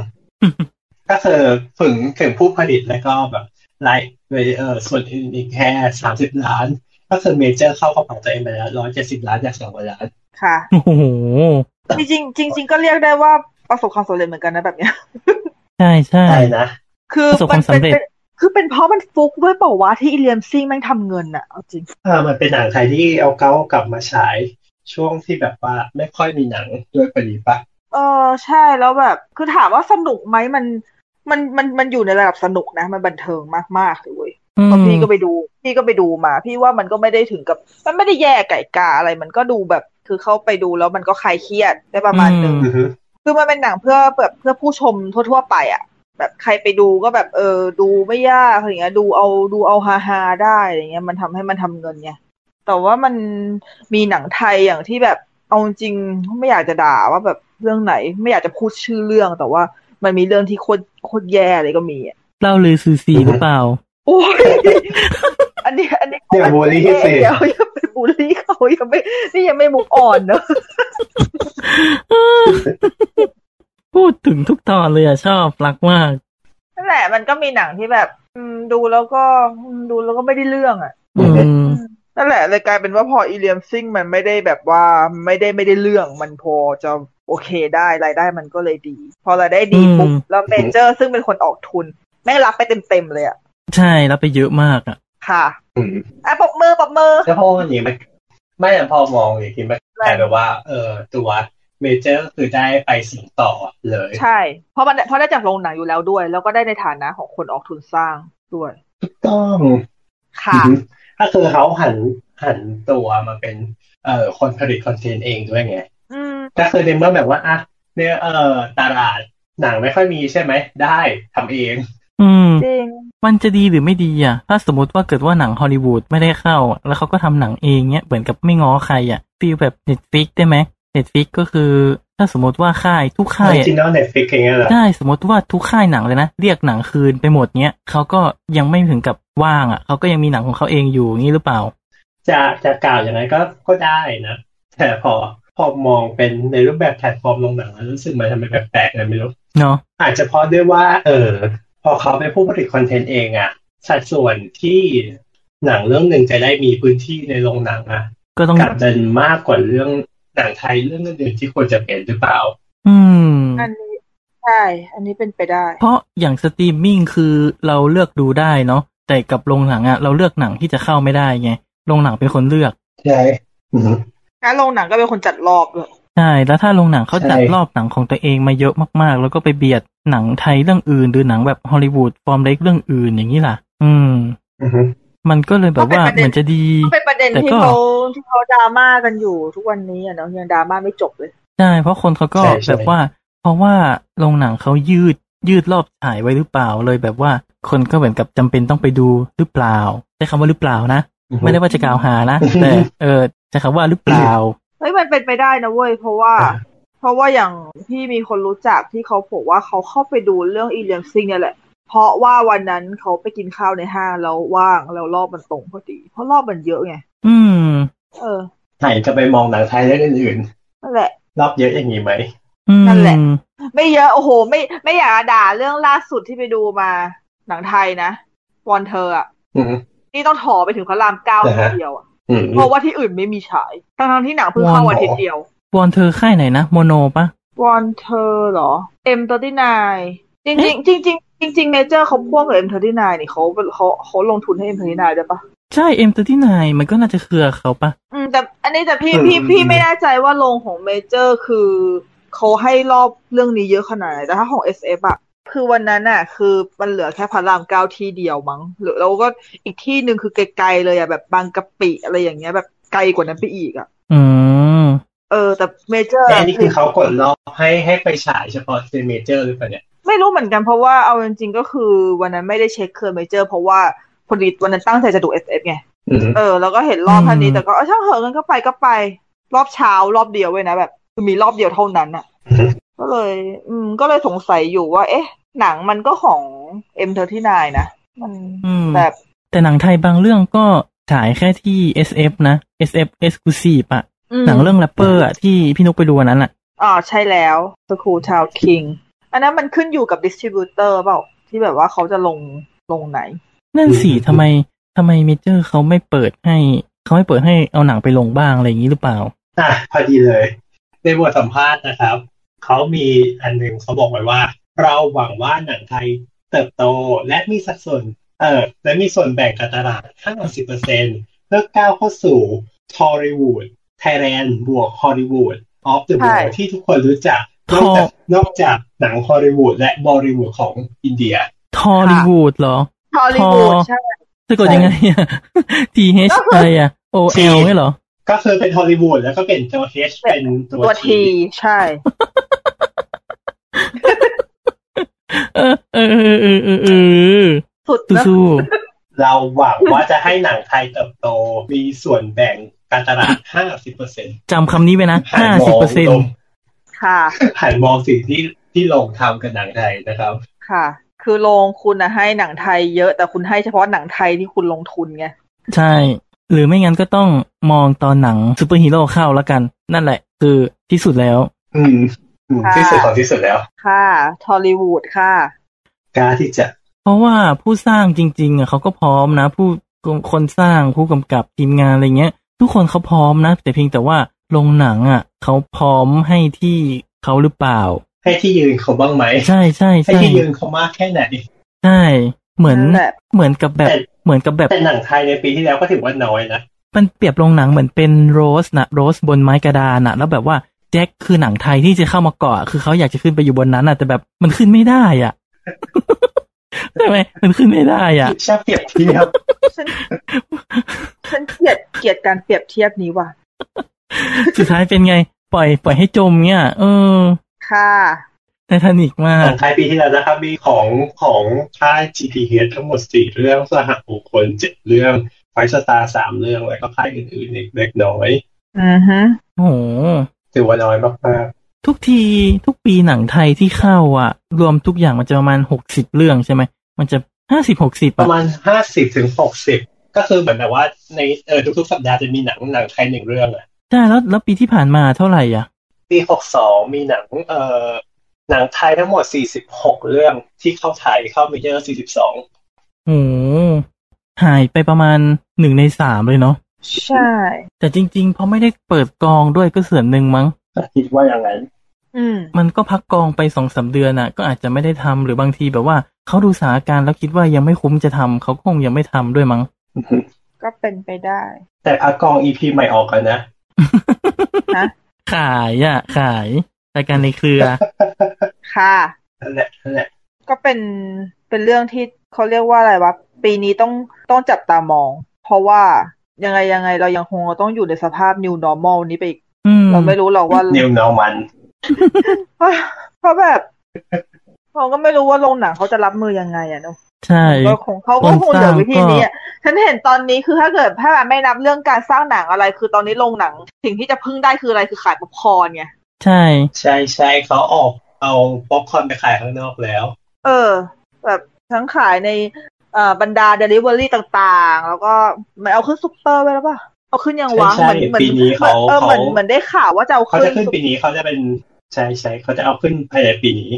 ก็คือถึงถึงผู้ผลิตแล้วก็แบบรายเออส่วนอื่นอีกแค่สามสิบล้าน ก็คือเมเจอร์เข้ากระเป๋าตัวเองไปแล้วร้อยเจ็ดสิบล้านจากสองล้าน ค่ะ โอ้โห จริงๆจริง ๆ ก็เรียกได้ว่าประสบความสำเร็จเหมือนกันนะแบบเนี้ย ใช่ใช่ ใช่นะ คือ ประสบความสำเร็จ นป็นคือเป็นเพราะมันฟุกด้วยเปล่าวะที่อีเลียมซิ่งแม่งทำเงินอะเอาจริง เออมันเป็นหนังไทยที่เอาเก้ากลับมาฉายช่วงที่แบบว่าไม่ค่อยมีหนังด้วยปรีปะ เออใช่แล้วแบบคือถามว่าสนุกไหมมันมันมันมันอยู่ในระดับสนุกนะ มันบันเทิงมากๆเลยเว้ย อื เพราะ ม พี่ก็ไปดู พี่ก็ไปดูมา พี่ว่ามันก็ไม่ได้ถึงกับมันไม่ได้แย่ไก่กาอะไรมันก็ดูแบบ คือเข้าไปดูแล้วมันก็คลายเครียดได้ประมาณนึง อือฮึ คือมันเป็นหนังเพื่อแบบเพื่อผู้ชมทั่ว ๆ ไปอะ่ะ แบบใครไปดูก็แบบเออดูไม่ยากอะไรเงี้ยดูเอาดูเอาฮาฮาๆได้อะไรเงี้ยมันทำให้มันทำเงินไงแต่ว่ามันมีหนังไทยอย่างที่แบบเอาจริงๆไม่อยากจะด่าว่าแบบเรื่องไหน ไม่อยากจะพูดชื่อเรื่องแต่ว่ามันมีเรื่องที่โคตรโคตรแย่เลยก็มีอ่ะ เล่าลือซูซีหรือเปล่า โอ้ย อันนี้อันนี้ เนี่ยบูลลี่สิ เดี๋ยวอย่าไปบูลลี่เขายังไม่นี่ยังไม่มุกอ่อนเนอะ พูดถึงทุกตอนเลยอะชอบรักมาก นั่นแหละมันก็มีหนังที่แบบอืมดูแล้วก็อืมดูแล้วก็ไม่ได้เรื่องอ่ะ อืม นั่นแหละเลยกลายเป็นว่าพออีเลียมซิงมันไม่ได้แบบว่าไม่ได้ไม่ได้เรื่องมันพอจะโอเคได้รายได้มันก็เลยดี พอรายได้ดีปุ๊บ อืม แล้วเมเจอร์ซึ่งเป็นคนออกทุนแม่งรับไปเต็มๆเลยอ่ะ ใช่รับไปเยอะมากอะ ค่ะ อืม อ่ะปรบมือปรบมือ แล้วพอวันนี้มันไม่อะพอมองอย่างที่มันแต่แบบว่า เออตัวเมเจอร์ก็คือได้ไปสิงต่อเลย ใช่เพราะมันเพราะได้จากโรงหนังอยู่แล้วด้วย แล้วก็ได้ในฐานะของคนออกทุนสร้างด้วย ต้อง ค่ะ อือฮึก็คือเขาหันหันตัวมาเป็นเอ่อคนผลิตคอนเทนต์เองด้วยไง อืม ก็คือในเมื่อแบบว่าอ่ะเนี่ยเออตลาดหนังไม่ค่อยมีใช่ไหม ได้ทำเอง อืม จริง มันจะดีหรือไม่ดีอะถ้าสมมติว่าเกิดว่าหนังฮอลลีวูดไม่ได้เข้าอะแล้วเขาก็ทำหนังเองเนี้ยเหมือนกับไม่ง้อใครอะฟีลแบบเน็ตฟิกได้ไหมเน็ตฟิกก็คือ ถ้าสมมติว่าค่ายทุก อ ค่าอยริ อะ จินอลเน็ตฟิกอย่างเงี้ยเหรอ ได้สมมติว่าทุกค่ายหนังเลยนะ เรียกหนังคืนไปหมดเนี้ยเขาก็ยังไม่ถึงกับว่างอะเขาก็ยังมีหนังของเขาเองอยู่อย่างนี้หรือเปล่า จะจะกล่าวอย่างนั้นก็ก็ได้นะ แต่พอพอมองเป็นในรูปแบบแพลตฟอร์มลงหนังแล้วรู้สึกมันทำไมแปลกๆเลยไม่รู้ เนาะ อาจจะเพราะด้วยว่า เออ พอเขาเป็นผู้ผลิตคอนเทนต์เองอะสัดส่วนที่หนังเรื่องหนึ่งจะได้มีพื้นที่ในโรงหนังอะ ก็ต้อง กลับดันมากกว่าเรื่องหนังไทยเรื่องอื่นๆที่ควรจะเป็นหรือเปล่า อืม อันนี้ใช่ อันนี้เป็นไปได้ เพราะอย่างสตรีมมิ่งคือเราเลือกดูได้เนาะแต่กับโรงหนังอะเราเลือกหนังที่จะเข้าไม่ได้ไงโรงหนังเป็นคนเลือก ใช่อืม การโรงหนังก็เป็นคนจัดรอบด้วย ใช่ แล้วถ้าโรงหนังเขา ใช่ จัดรอบหนังของตัวเองมาเยอะมากๆ แล้วก็ไปเบียดหนังไทยเรื่องอื่น หรือหนังแบบฮอลลีวูดฟอร์มเล็กเรื่องอื่นอย่างนี้ล่ะ อืม อือฮึ มันก็เลยแบบว่า ก็เป็นประเด็น เหมือนจะดี ก็เป็นประเด็น แต่ ที่ ก็ เขาที่เขาดราม่ากันอยู่ทุกวันนี้อะเนาะยังดราม่าไม่จบเลย ใช่เพราะคนเขาก็ ใช่ใช่ แบบว่า เพราะว่าโรงหนังเขายืดยืดรอบฉายไว้หรือเปล่าเลยแบบว่าคนก็เหมือนกับจำเป็นต้องไปดูหรือเปล่าใช้คำว่าหรือเปล่านะ ไม่ได้ว่าจะกล่าวหานะ แต่เออใช้คำว่าหรือเปล่า เฮ้ยมันเป็นไปได้นะเว้ยเพราะว่า อ่ะ เพราะว่าอย่างพี่มีคนรู้จักที่เขาบอกว่าเขาเข้าไปดูเรื่องอีเลียมซิงเนี่ยแหละ เพราะว่าวันนั้นเขาไปกินข้าวในห้างแล้วว่างแล้วรอบมันตรงพอดี เพราะรอบมันเยอะไง อืม เออ ไหนจะไปมองหนังไทยเรื่องอื่น นั่นแหละ ๆรอบเยอะอย่างนี้ไหม อืม นั่นแหละ ไม่เยอะโอ้โห ไม่ไม่อยากจะด่าเรื่องล่าสุดที่ไปดูมาหนังไทยนะวอนเธออะ อืม นี่ต้องถอไปถึงพระรามเก้า อ่าฮะ เดียวอะ อืม เพราะว่าที่อื่นไม่มีฉายทั้งทั้งๆที่หนังเพิ่งเข้าอาทิตย์เดียว วอนเธอค่ายไหนนะ โมโนปะ วอนเธอเหรอ M39 จริงจริงๆจริงๆจริงจริงเมเจอร์เขาพ่วงกับ M39 นี่เขาเขาเขาลงทุนให้ M39 ด้วยปะ ใช่เอ็มตที่นายมันก็น่าจะเครือเขาปะ อืมแต่อันนี้แต่พี่ อืม พี่ อืม พี่ไม่แน่ใจว่าลงของเมเจอร์คือเขาให้รอบเรื่องนี้เยอะขนาดไหนแต่ถ้าของ SF อะคือวันนั้นอะคือมันเหลือแค่พระรามเก้าที่เดียวมั้งหรือแล้วก็อีกที่หนึ่งคือไกลๆเลยอะแบบบางกะปิอะไรอย่างเงี้ยแบบไกลกว่านั้นไปอีกอะ อืม เออแต่เมเจอร์ แต่อันนี้คือเขากดรอบให้ให้ไปฉายเฉพาะเซนเมเจอร์หรือเปล่าเนี่ย ไม่รู้เหมือนกันเพราะว่าเอาจริงๆก็คือวันนั้นไม่ได้เช็คเคอร์เมเจอร์ เพราะว่าพอดีวันนั้นตั้งใจจะดูเอสเอฟไง อืม เออแล้วก็เห็นรอบ อืม ท่านนี้แต่ก็เออช่างเหอะกันก็ไปก็ไป รอบเช้ารอบเดียวเว้ยนะแบบคือมีรอบเดียวเท่านั้นอ่ะ อืม ก็เลย อืม ก็เลยสงสัยอยู่ว่า เอ๊ะ หนังมันก็ของเอ็มเธอที่นายนะมัน อืม แบบ แต่หนังไทยบางเรื่องก็ฉายแค่ที่ SF นะ SF Exclusive อะ ม หนังเรื่องแรปเปอร์อะที่พี่นุกไปดูวันนั้นอะ อ๋อใช่แล้วสกูชาวคิงอันนั้นมันขึ้นอยู่กับดิสติบิวเตอร์เปล่าที่แบบว่าเขาจะลงลงไหน นั่นสิ อืม ทำไมทำไมเมเจอร์เขาไม่เปิดให้ เขาไม่เปิดให้เอาหนังไปลงบ้างอะไรอย่างนี้หรือเปล่า อ่ะพอดีเลย ในบทสัมภาษณ์นะครับ เขามีอันหนึ่งเขาบอกไว้ว่า เราหวังว่าหนังไทยเติบโตและมีสัดส่วนเอ่อและมีส่วนแบ่งการตลาด 50%เพื่อก้าวเข้าสู่ทอริวูดไทยแลนด์บวกฮอลลีวูดออฟเดอะ ใช่ เวิลที่ทุกคนรู้จัก นอกจากนอกจากหนังฮอลลีวูดและบอลลีวูดของอินเดีย ทอลลีวูดเหรอ ฮอลลีวูด พอ ใช่ สะกดยังไงอะ T H อะไรอะ O L ไม่เหรอ ก็คือเป็นฮอลลีวูดแล้วก็เป็นตัวเฮเป็นตัว ตัว ที ทีใช่ เออเออเออเออเออเออ สุดนะ สู้ เราหวังว่าจะให้หนังไทยเติบโตมีส่วนแบ่งการตล าด 50% ๆจำคำนี้ไว้นะ หัน ห้าม สิบ อง เปอร์เซ็น ล ต์ ง ค่ะ หันมองสิ่งที่ที่ลงทำกับหนังไทยนะครับ ค่ะ คือโรงคุณนะให้หนังไทยเยอะแต่คุณให้เฉพาะหนังไทยที่คุณลงทุนไง ใช่ หรือไม่งั้นก็ต้องมองตอนหนังซูเปอร์ฮีโร่เข้าแล้วกัน นั่นแหละ คือที่สุดแล้ว อืมอืมที่สุดของที่สุดแล้ว ค่ะทอลลีวูดค่ะ กล้าที่จะ เพราะว่าผู้สร้างจริงๆอ่ะเขาก็พร้อมนะ ผู้คนสร้างผู้กำกับทีมงานอะไรเงี้ย ทุกคนเขาพร้อมนะ แต่เพียงแต่ว่าโรงหนังอ่ะเขาพร้อมให้ที่เขาหรือเปล่า ให้ที่ยืนเขาบ้างไหม ใช่ใช่ ให้ ใช่ ที่ยืนเขามากแค่ไหน ใช่ เหมือน นั่นแหละ เหมือนกับแบบ แต่ เหมือนกับแบบ แต่หนังไทยในปีที่แล้วก็ถือว่าน้อยนะ มันเปรียบโรงหนังเหมือนเป็นโรสนะโรสบนไม้กระดานนะแล้วแบบว่าแจ็คคือหนังไทยที่จะเข้ามาเกาะคือเขาอยากจะขึ้นไปอยู่บนนั้นนะแต่แบบมันขึ้นไม่ได้อ่ะ ใช่ไหมมันขึ้นไม่ได้อ่ะ ชอบเปรียบเทียบ ฉัน ฉันเกลียดเกลียดการเปรียบเทียบนี้ว่ะ สุดท้ายเป็นไง ปล่อย ปล่อยให้จมเนี่ยเออ ค่ะ ไททานิกมา ห ก นังไทยปีที่แล้วนะครับ มีของของค่าย GTH ทั้งหมดสี่เรื่องสหมงคลเจ็ดเรื่องไฟสตาร์สามเรื่องแล้วก็ค่ายอื่นๆอีกเล็กน้อย อือฮึ โอ้โห ถือว่าน้อยมาก ทุกทีทุกปีหนังไทยที่เข้าอ่ะ รวมทุกอย่างมันจะประมาณหกสิบเรื่องใช่ไหม มันจะห้าสิบหกสิบ ๆ ประมาณห้าสิบถึงหกสิบก็คือเหมือนแบบว่าในเออทุกๆสัปดาห์จะมีหนังหนังไทยหนึ่งเรื่องอะ ใช่แล้วแล้วปีที่ผ่านมาเท่าไหร่อ่ะ ปีหกสองมีหนังเอ่อหนังไทยทั้งหมดสี่สิบหกเรื่องที่เข้าไทยเข้าเมเจอร์สี่สิบสอง โอ้โหหายไปประมาณหนึ่งในสามเลยเนาะ ใช่ แต่จริงๆ เพราะไม่ได้เปิดกองด้วยก็ส่วนหนึ่งมั้ง คิดว่าอย่างนั้น อืม มันก็พักกองไปสองสามเดือนอ่ะ ก็อาจจะไม่ได้ทำหรือบางทีแบบว่าเขาดูสถานการณ์แล้วคิดว่ายังไม่คุ้มจะทำเขาก็คงยังไม่ทำด้วยมั้ง ก็เป็นไปได้ แต่พักกองอีพีใหม่ออกกันนะ ฮะ ขายอ่ะ ขายรายการในเครือ ค่ะ นั่นแหละนั่นแหละ ก็เป็นเป็นเรื่องที่เขาเรียกว่าอะไรวะ ไป ปีนี้ต้องต้องจับตามอง เพราะว่ายังไงยังไงเรายังคงต้องอยู่ในสภาพ new normal นี้ไปอีก อืม เราไม่รู้หรอกว่า นิวนอมัน เพราะเพราะแบบเราก็ไม่รู้ว่าโรงหนังเขาจะรับมือยังไงอะเนอะ ใช่ ก็คงเขา ค ก็ น คงเหลือ สร้าง วิธีนี้ ก็ อะฉันเห็นตอนนี้คือถ้าเกิดถ้าไม่นับเรื่องการสร้างหนังอะไร คือตอนนี้โรงหนัง สิ่งที่จะพึ่งได้คืออะไรคือขายป๊อปคอร์นไง ใช่ ใช่ใช่เขาออกเอาป๊อปคอร์นไปขายข้างนอกแล้ว เออ แบบทั้งขายในเอ่อบรรดาเดลิเวอรี่ต่างๆ แล้วก็มันเอาขึ้นซุปเปอร์ไปแล้วป่ะเอาขึ้นยังวะ ใช่ เห ใช่ มือนเหมือน ปีนี้เขา เออเหมือน เขา เหมือนได้ข่าวว่าจะเอา เขา ขึ้ จะ น ขึ้นปีนี้เขาจะเป็นใช่ใช่เขาจะเอาขึ้นภายในปีนี้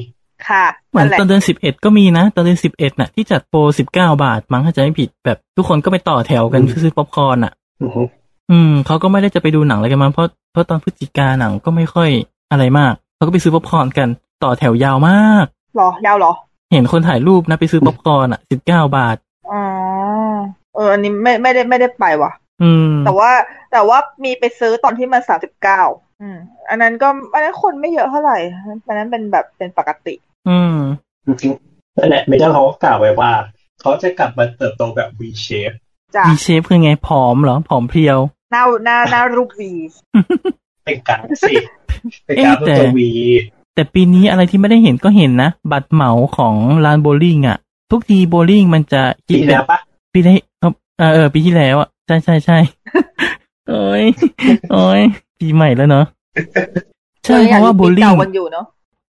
ค่ะ เหมือน แหละ ตอนเดือนสิบเอ็ดก็มีนะ ตอนเดือนสิบเอ็ดน่ะที่จัดโปรสิบเก้าบาท มั้งถ้าจะไม่ผิดแบบทุกคนก็ไปต่อแถวกัน อืม ซื้อป๊อปคอร์นอ่ะ อือฮึ อืมเขาก็ไม่ได้จะไปดูหนังอะไรกันมาเพราะเพราะตอนพฤศจิกาหนังก็ไม่ค่อยอะไรมากเขาก็ไปซื้อป๊อปคอร์นกันต่อแถวยาวมาก หรอยาวเหรอ เห็นคนถ่ายรูปนะไปซื้อป๊อปคอร์นอ่ะสิบเก้าบาท อ๋อเออ อันนี้ไม่ไม่ได้ไม่ได้ไปว่ะ อืม แต่ว่าแต่ว่ามีไปซื้อตอนที่มันสามสิบเก้าอืม อันนั้นก็อันนั้นคนไม่เยอะเท่าไหร่อันนั้นเป็นแบบเป็นปกติ อืม นั่นแหละเมเจอร์เขาก็กล่าวไว้ว่า เขาจะกลับมาเติบโตแบบ V shape จ้ะ มีเชฟคือไงผอมเหรอผอมเพรียว หน้าหน้าหน้ารูปวี เป็นกราฟสิเป็นกราฟรูปตัว V แต่ปีนี้อะไรที่ไม่ได้เห็นก็เห็นนะ บัตรเหมาของลานโบว์ลิ่งอ่ะ ทุกทีโบว์ลิ่งมันจะคิ ปี ด ที่ แบ แล้ว บ ปะ ปีได้เออเออปีที่แล้วอ่ะ ใช่ใช่ ใช่ โอ้ยโอ้ยปีใหม่แล้วเนาะใช่เพราะว่าโบเอว์ออย่งที่เก่าลิ่งกันอยู่เนาะ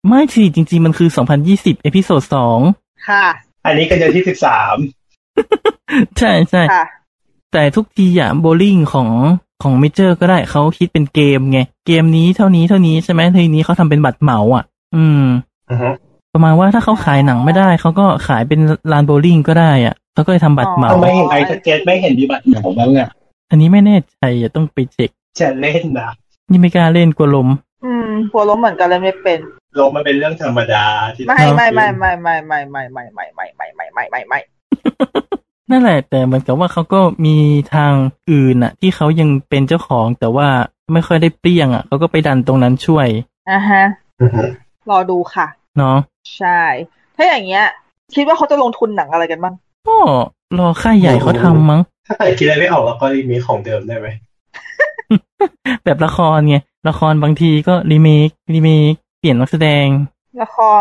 ไม่สิจริง ๆ มันคือ 2020 เอพิโซดสอง ค่ะ อันนี้ก็เดือนที่สิบสาม ใช่ใช่ ค่ะ แต่ทุกทีอะโบลิ่งของของเมเจอร์ก็ได้เขาคิดเป็นเกมไง เกมนี้เท่านี้เท่านี้ใช่ไหมทีนี้เขาทำเป็นบัตรเหมาอ่ะ อืม ประมาณว่าถ้าเขาขายหนังไม่ได้เขาก็ขายเป็นลานโบลิ่งก็ได้อ่ะเขาก็เลยทำบัตรเหมา ทำไมเห็นไอ้สเก็ตไม่เห็นมีบัตรเหมาบ้างอ่ะ อันนี้ไม่แน่ใจอะต้องไปเช็ค จะเล่นนะ นี่ไม่กล้าเล่นกลัวลม อืมหัวล้มเหมือนกันเลยไม่เป็น ลงมาเป็นเรื่องธรรมดาที่ ไม่ไม่ไม่ไม่ไม่ไม่ไม่ไม่ไม่ไม่ไม่ไม่ไม่ไม่ไม่ นั่นแหละ แต่เหมือนกับว่าเขาก็มีทางอื่นอ่ะ ที่เขายังเป็นเจ้าของแต่ว่าไม่ค่อยได้เปรี้ยงอ่ะเขาก็ไปดันตรงนั้นช่วย อ่ะฮะ อือฮึ รอดูค่ะ เนาะ ใช่ ถ้าอย่างเงี้ย คิดว่าเขาจะลงทุนหนังอะไรกันบ้าง ก็รอค่ายใหญ่เขาทำมั้ง ถ้าใครคิดอะไรไม่ออกเราก็รีมีของเดิมได้ไหม แบบละครไง ละครบางทีก็รีเมครีเมคเปลี่ยนนักแสดง ละคร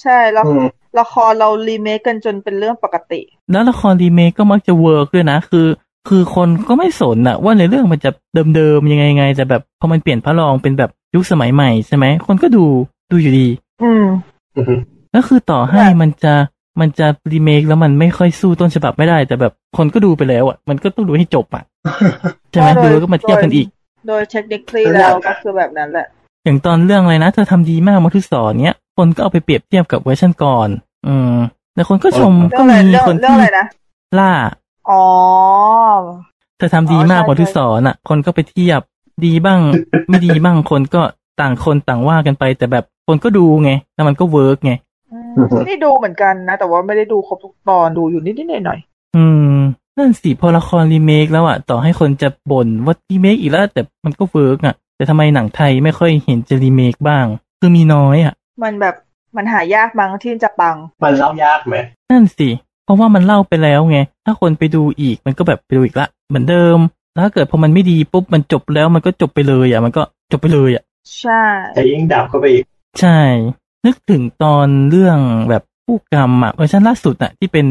ใช่แล้ว อืม ละครเรารีเมคกันจนเป็นเรื่องปกติ แล้วละครรีเมคก็มักจะเวิร์กด้วยนะ คือ คือคนก็ไม่สนอะว่าในเรื่องมันจะเดิมๆยังไงไงแต่แบบพอมันเปลี่ยนพระรองเป็นแบบยุคสมัยใหม่ใช่ไหมคนก็ดูดูอยู่ดี อืม อือฮึ แล้วคือต่อให้ แบบ มันจะมันจะรีเมคแล้วมันไม่ค่อยสู้ต้นฉบับไม่ได้ แต่แบบคนก็ดูไปแล้วอะมันก็ต้องดูให้จบ อะใช่ไหม โด ดู ย แล้วก็มาเทียบกันอีก โดยเทคนิคลีแล้วก็คือแบบนั้นแหละ อย่างตอนเรื่องอะไรนะเธอทำดีมากมัทุสอนเนี้ยคนก็เอาไปเปรียบเทียบกับเวอร์ชันก่อน อืมแต่คนก็ชม เรื่อ ก็ งอะไร มี เรื่อง คน เรื่อง ที่ อะไรนะ ล่า อ๋อ เธอทำดีมาก อ๋อใช่ มัทุสอนอ่ะ คนก็ไปเทียบดีบ้าง ไม่ดีบ้างคนก็ต่างคนต่างว่ากันไป แต่แบบคนก็ดูไงแล้วมันก็เวิร์กไง อืมนี่ดูเหมือนกันนะ แต่ว่าไม่ได้ดูครบทุกตอนดูอยู่นิดนิดหน่อยหน่อย อืมนั่นสิพอละครรีเมคแล้วอ่ะต่อให้คนจะบ่นว่ารีเมคอีกแล้วแต่มันก็เวิร์กอ่ะ แต่ทำไมหนังไทยไม่ค่อยเห็นจะรีเมคบ้าง คือมีน้อยอ่ะ ๆมันแบบมันหายากมั้งที่จะปัง มันเล่ายากไหม นั่นสิ เพราะว่ามันเล่าไปแล้วไง ถ้าคนไปดูอีกมันก็แบบไปดูอีกละ เหมือนเดิม แล้วถ้าเกิดพอมันไม่ดีปุ๊บมันจบแล้วมันก็จบไปเลยอ่ะ มันก็จบไปเลยอ่ะ ใช่ แต่ยิ่งดับเข้าไปอีก ใช่ นึกถึงตอนเรื่องแบบผู้กรรมอ่ะเวอร์ชันล่าสุดอ่ะที่เป็น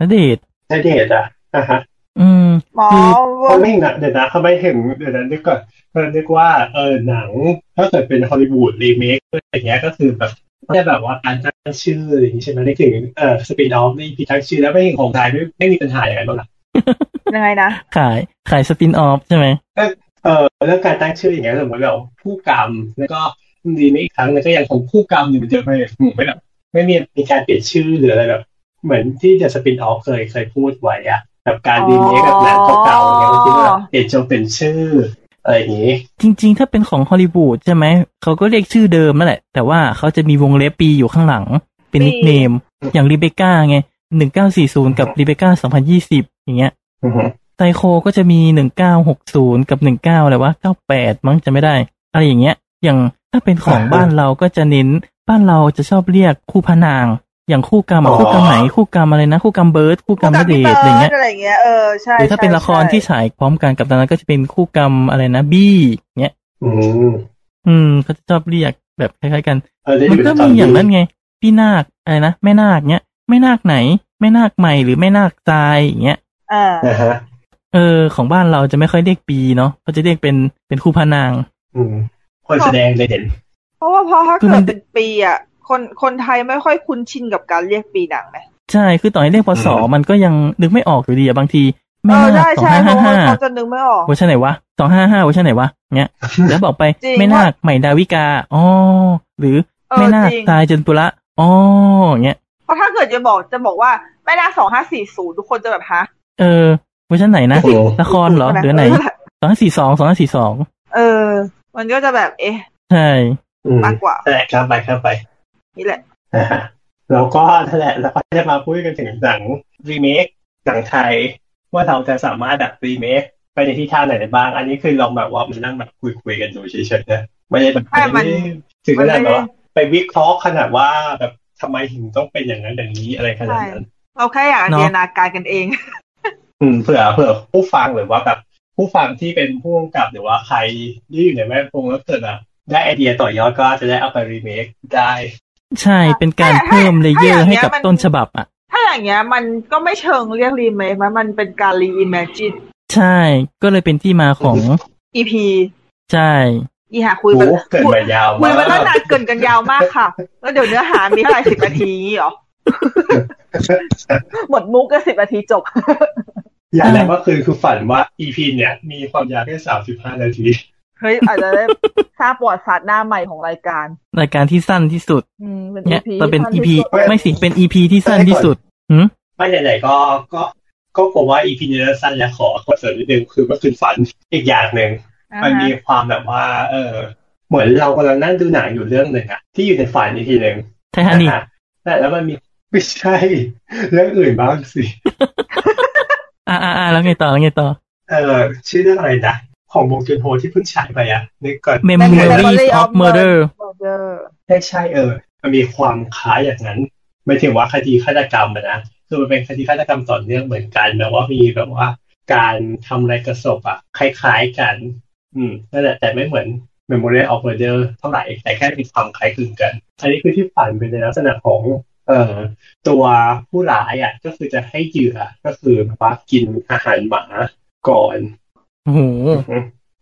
ณเดชน์ ณเดชน์อ่ะอ่ะฮะ อืม หมอ คือ เขาไม่นะเดี๋ยวนะเขาไม่เห็นเดี๋ยวนะนึกก่อนเรานึกว่าเออหนัง ถ้าเกิดเป็นฮอลลีวูดรีเมคอะไรอย่างเงี้ยก็คือแบบไม่ได้แบบว่าการตั้งชื่ออะไรอย่างงี้ใช่ไหมนึกถึงเออสปินออฟนี่พี่ตั้งชื่อแล้วไม่เห็นของไทยไม่ไม่มีปัญหาอย่างไรบ้างล่ะ ยังไงนะ ขายขายสปินออฟใช่ไหม เออเรื่องการตั้งชื่ออย่างเงี้ยสมมติแบบผู้กรรมแล้วก็รีเมคอีกครั้งแล้วก็ยังคงผู้กรรมอยู่เหมือนเดิมไม่ไม่แบบไม่มีมีการเปลี่ยนชื่อหรืออะไรแบบ เหมือนที่เดอะสปินออฟเคยเคยพูดไว้อะแบบการรีเมคกับหนังเก่าๆอย่างเงี้ยบางทีก็แบบเปลี่ยนจนเป็นชื่ออะไรอย่างงี้ จริง ๆ ถ้าเป็นของฮอลลีวูดใช่ไหม เขาก็เรียกชื่อเดิมนั่นแหละ แต่ว่าเขาจะมีวงเล็บปีอยู่ข้างหลัง เป็นนิกเนม อย่างรีเบคก้าไงหนึ่งเก้าสี่ศูนย์กับรีเบคก้าสองพันยี่สิบอย่างเงี้ย อือฮึ ไซโคก็จะมีหนึ่งเก้าหกศูนย์กับหนึ่งเก้าอะไรวะเก้าแปดมั้งจะไม่ได้ อะไรอย่างเงี้ย อย่างถ้าเป็นของบ้านเราก็จะเน้นบ้านเราจะชอบเรียกคู่พระนาง อย่างคู่กรรมอะ อ๋อ คู่กรรมไหนคู่กรรมอะไรนะ คู่กรรมเบิร์ดคู่กรรมณเดชน์อะไรเงี้ย อะไรอย่างเงี้ยเออใช่ หรือถ้าเป็นละครที่ฉายพร้อมกันกับตอนนั้นก็จะเป็นคู่กรรมอะไรนะบี้เงี้ย อืม อืมเขาจะชอบเรียกแบบคล้ายๆกัน เออได้ มัน ดู ก็ ต มีอย่างนั้น นี้ ไง พี่นาคอะไรนะแม่นาคเนี้ยแม่นาคไหนแม่นาคใหม่หรือแม่นาคทรายอย่างเงี้ย อ่า นะฮะ เออของบ้านเราจะไม่ค่อยเรียกปีเนาะเขาจะเรียกเป็นเป็นคู่พระนาง อืมคนแสดงเลยเด่น เพราะว่าพอถ้า คือมั เกิด น เป็นปีอ่ะคนคนไทยไม่ค่อยคุ้นชินกับการเรียกปีหนังไหม ใช่คือต่อให้เรียกพศ อืม มันก็ยังนึกไม่ออกอยู่ดีอะบางที เอ แม่ อ นา ใช่ คสอง ใช่เพห้าห้า ราะว่า ห้า เขาจะนึกไม่ออก เวอร์ชันไหนวะสองห้าห้าเวอร์ชันไหนวะเนี้ย แล้วบอกไป จริง แม่นาคใหม่ดาวิกาอ๋อหรือ เอ แม่ อ นาค จริง ทรายจันปุระอ๋ออย่างเงี้ย เพราะถ้าเกิดจะบอกจะบอกว่าแม่นาสองห้าสี่ศูนย์ทุกคนจะแบบฮะ เออเวอร์ชันไหนนะ โอ้โห ละครเหรอหรือไหนสองห้าสี่สองสองห้าสี่สอง เออ มันก็จะแบบเอ๊ะ ใช่ อืม มากกว่า นั่นแหละครับไปครับไป นี่แหละ นะฮะแล้วก็นั่นแหละแล้วก็จะมาพูดกันถึงหนังรีเมคหนังไทย ว่าเราจะสามารถดับรีเมคไปในทิศทางไหนได้บ้าง อันนี้คือลองแบบว่ามันนั่งแบบคุยคุยๆกันดูเฉยๆนะไม่ได้แบบ ใช่มัน ไม่ได้ถึงขนาดแบบว่าไปวิเคราะห์ขนาดว่าแบบทำไมถึงต้องเป็นอย่างนั้นอย่างนี้อะไรขนาดนั้น เราแค่อยาก เนอะ จินตนาการกันเอง อืมเผื่อเผื่อผู้ฟังหรือว่าแบบผู้ฟังที่เป็นผู้กำกับหรือว่าใครที่อยู่ในแวดวงแล้วเกิดอะได้ไอเดียต่อยอดก็จะได้เอาไปรีเมคได้ ใช่เป็นการ แต่ถ้า เพิ่มเลเยอร์ ถ้าอย่างเงี้ยให้กับ มัน ต้นฉบับอ่ะ ถ้าอย่างเงี้ยมันก็ไม่เชิงเรียกรีเมคมันมันเป็นการรีอิมเมจิน ใช่ก็เลยเป็นที่มาของ EP ใช่ อีหาคุยไป โอ้เกิดมายาว คุ มาย ก มาตั้งนานเกินกันยาวมากค่ะ แล้วเดี๋ยวเนื้อหามีเท่าไหร่สิบนาทีอย่าง งี้เหรอ หมดมุกก็สิบนาทีจบ อย่างแรกก็คือคือฝันว่า EP เนี่ยมีความยาวแค่สามสิบห้านาที เฮ้ยอาจจะได้ทราบประวัติศาสตร์หน้าใหม่ของรายการ รายการที่สั้นที่สุด อืมเป็น เนี่ย EP ตอนเป็น สั้ที่ EP สุด เว้ย ไม่สิเป็น EP ที่สั้นที่สุดหืม ไม่ไหนๆก็ก็ก็กลัวว่า EP เนี้สั้นแล้วขอขอเสริมนิดนึงคือเมื่อคืนฝันอีกอย่างหนึ่ง อ่า มัน ฮะ มีความแบบว่า เออ เหมือนเรากำลังนั่งดูหนังอยู่เรื่องหนึ่งอะที่อยู่ในฝันอีกทีหนึ่ง ไททานิก อ่ะแต่แล้วมันมีไม่ใช่เรื่องอื่นบ้างสิ อ่าอ่าแล้วไงต่อแล้วไงต่อ เออชื่อเรื่องอะไรนะของวงจุนโฮที่เพิ่งฉายไปอ่ะนึกก่อน Memories of Murder เออ ไม่ใช่เออ มันมีความคล้ายอย่างนั้นไม่ถึงว่าคดีฆาตกรรมอะนะคือมันเป็นคดีฆาตกรรมต่อเนื่องเหมือนกันแบบว่ามีแบบว่า การทำอะไรกระสบอ่ะคล้ายๆกัน อืมนั่นแหละแต่ไม่เหมือน Memory of Murder เท่าไหร่แต่แค่มีความคล้ายคลึงกัน อันนี้คือที่ฝันเป็นในลักษณะของ เอ่อตัวผู้ร้ายอ่ะ ก็คือจะให้เหยื่อก็คือแบบว่ากินอาหารหมาก่อน โอ้โห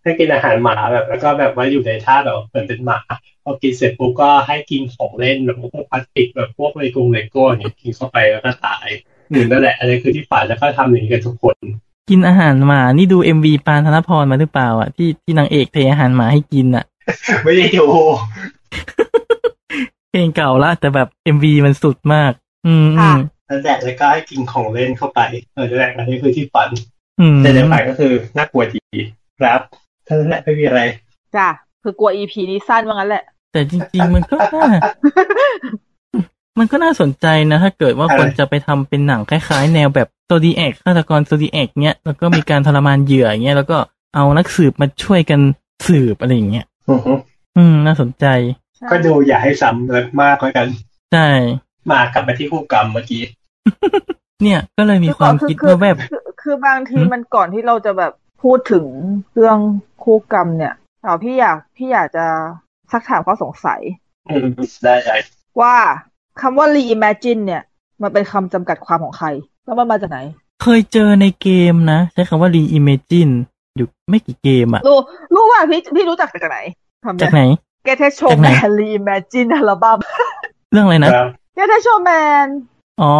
ให้กินอาหารหมาแบบ แล้วก็แบบว่าอยู่ในท่าแบบเหมือนเป็นหมาพอกินเสร็จปุ๊บก็ให้กินของเล่นแบบพวกพลาสติกแบบพวกเลโก้เลโก้อย่างเงี้ยกินเข้าไปแล้วก็ตายอืมนั่นแหละ อันนี้คือที่ฝันแล้วก็ทำอย่างนี้กันทุกคน กินอาหารหมา นี่ดู MV ปานธนพรมาหรือเปล่าอ่ะที่ที่นางเอกเทอาหารหมาให้กินอ่ะ ไม่ได้ดู เพลงเก่าละ แต่แบบ MV มันสุดมาก อืมอืม นั่นแหละแล้วก็ให้กินของเล่นเข้าไปเออนั่นแหละอันนี้คือที่ฝัน อืม แต่ในฝันก็คือน่ากลัวดีครับนั่นแหละไม่มีอะไร จ้ะคือกลัว EP นี้สั้นว่างั้นแหละ แต่จริง ๆ มันก็น่า มันก็น่าสนใจนะถ้าเกิดว่า อะไร คนจะไปทำเป็นหนังคล้าย ๆ แนวแบบโซดีแอกฆาตกรโซดีแอกเนี้ยแล้วก็มีการทรมานเหยื่ออย่างเงี้ยแล้วก็เอานักสืบมาช่วยกันสืบอะไรอย่างเงี้ย อือฮึ อืม น่าสนใจ ก็ดูอย่าให้ซ้ำเลยมากแล้วกัน ใช่ มากลับมาที่คู่กรรมเมื่อกี้ เนี่ยก็เลยมีความคิดว่าแบบ คือคือคือบางที หืม มันก่อนที่เราจะแบบพูดถึงเรื่องคู่กรรมเนี่ยแต่ว่าพี่อยากพี่อยากจะซักถามข้อสงสัย อืมได้ได้ ว่าคำว่า reimagine เนี่ย มันเป็นคำจำกัดความของใคร แล้วมันมาจากไหน เคยเจอในเกมนะ ใช้คำว่า reimagine อยู่ไม่กี่เกมอะ รู้รู้ว่าพี่พี่รู้จักจากไหนคำ จาก ไหน ไหน Get a จากไหน Showman reimagine อัลบั้ม เรื่องอะไรนะ ครับ Get a Showman อ๋อ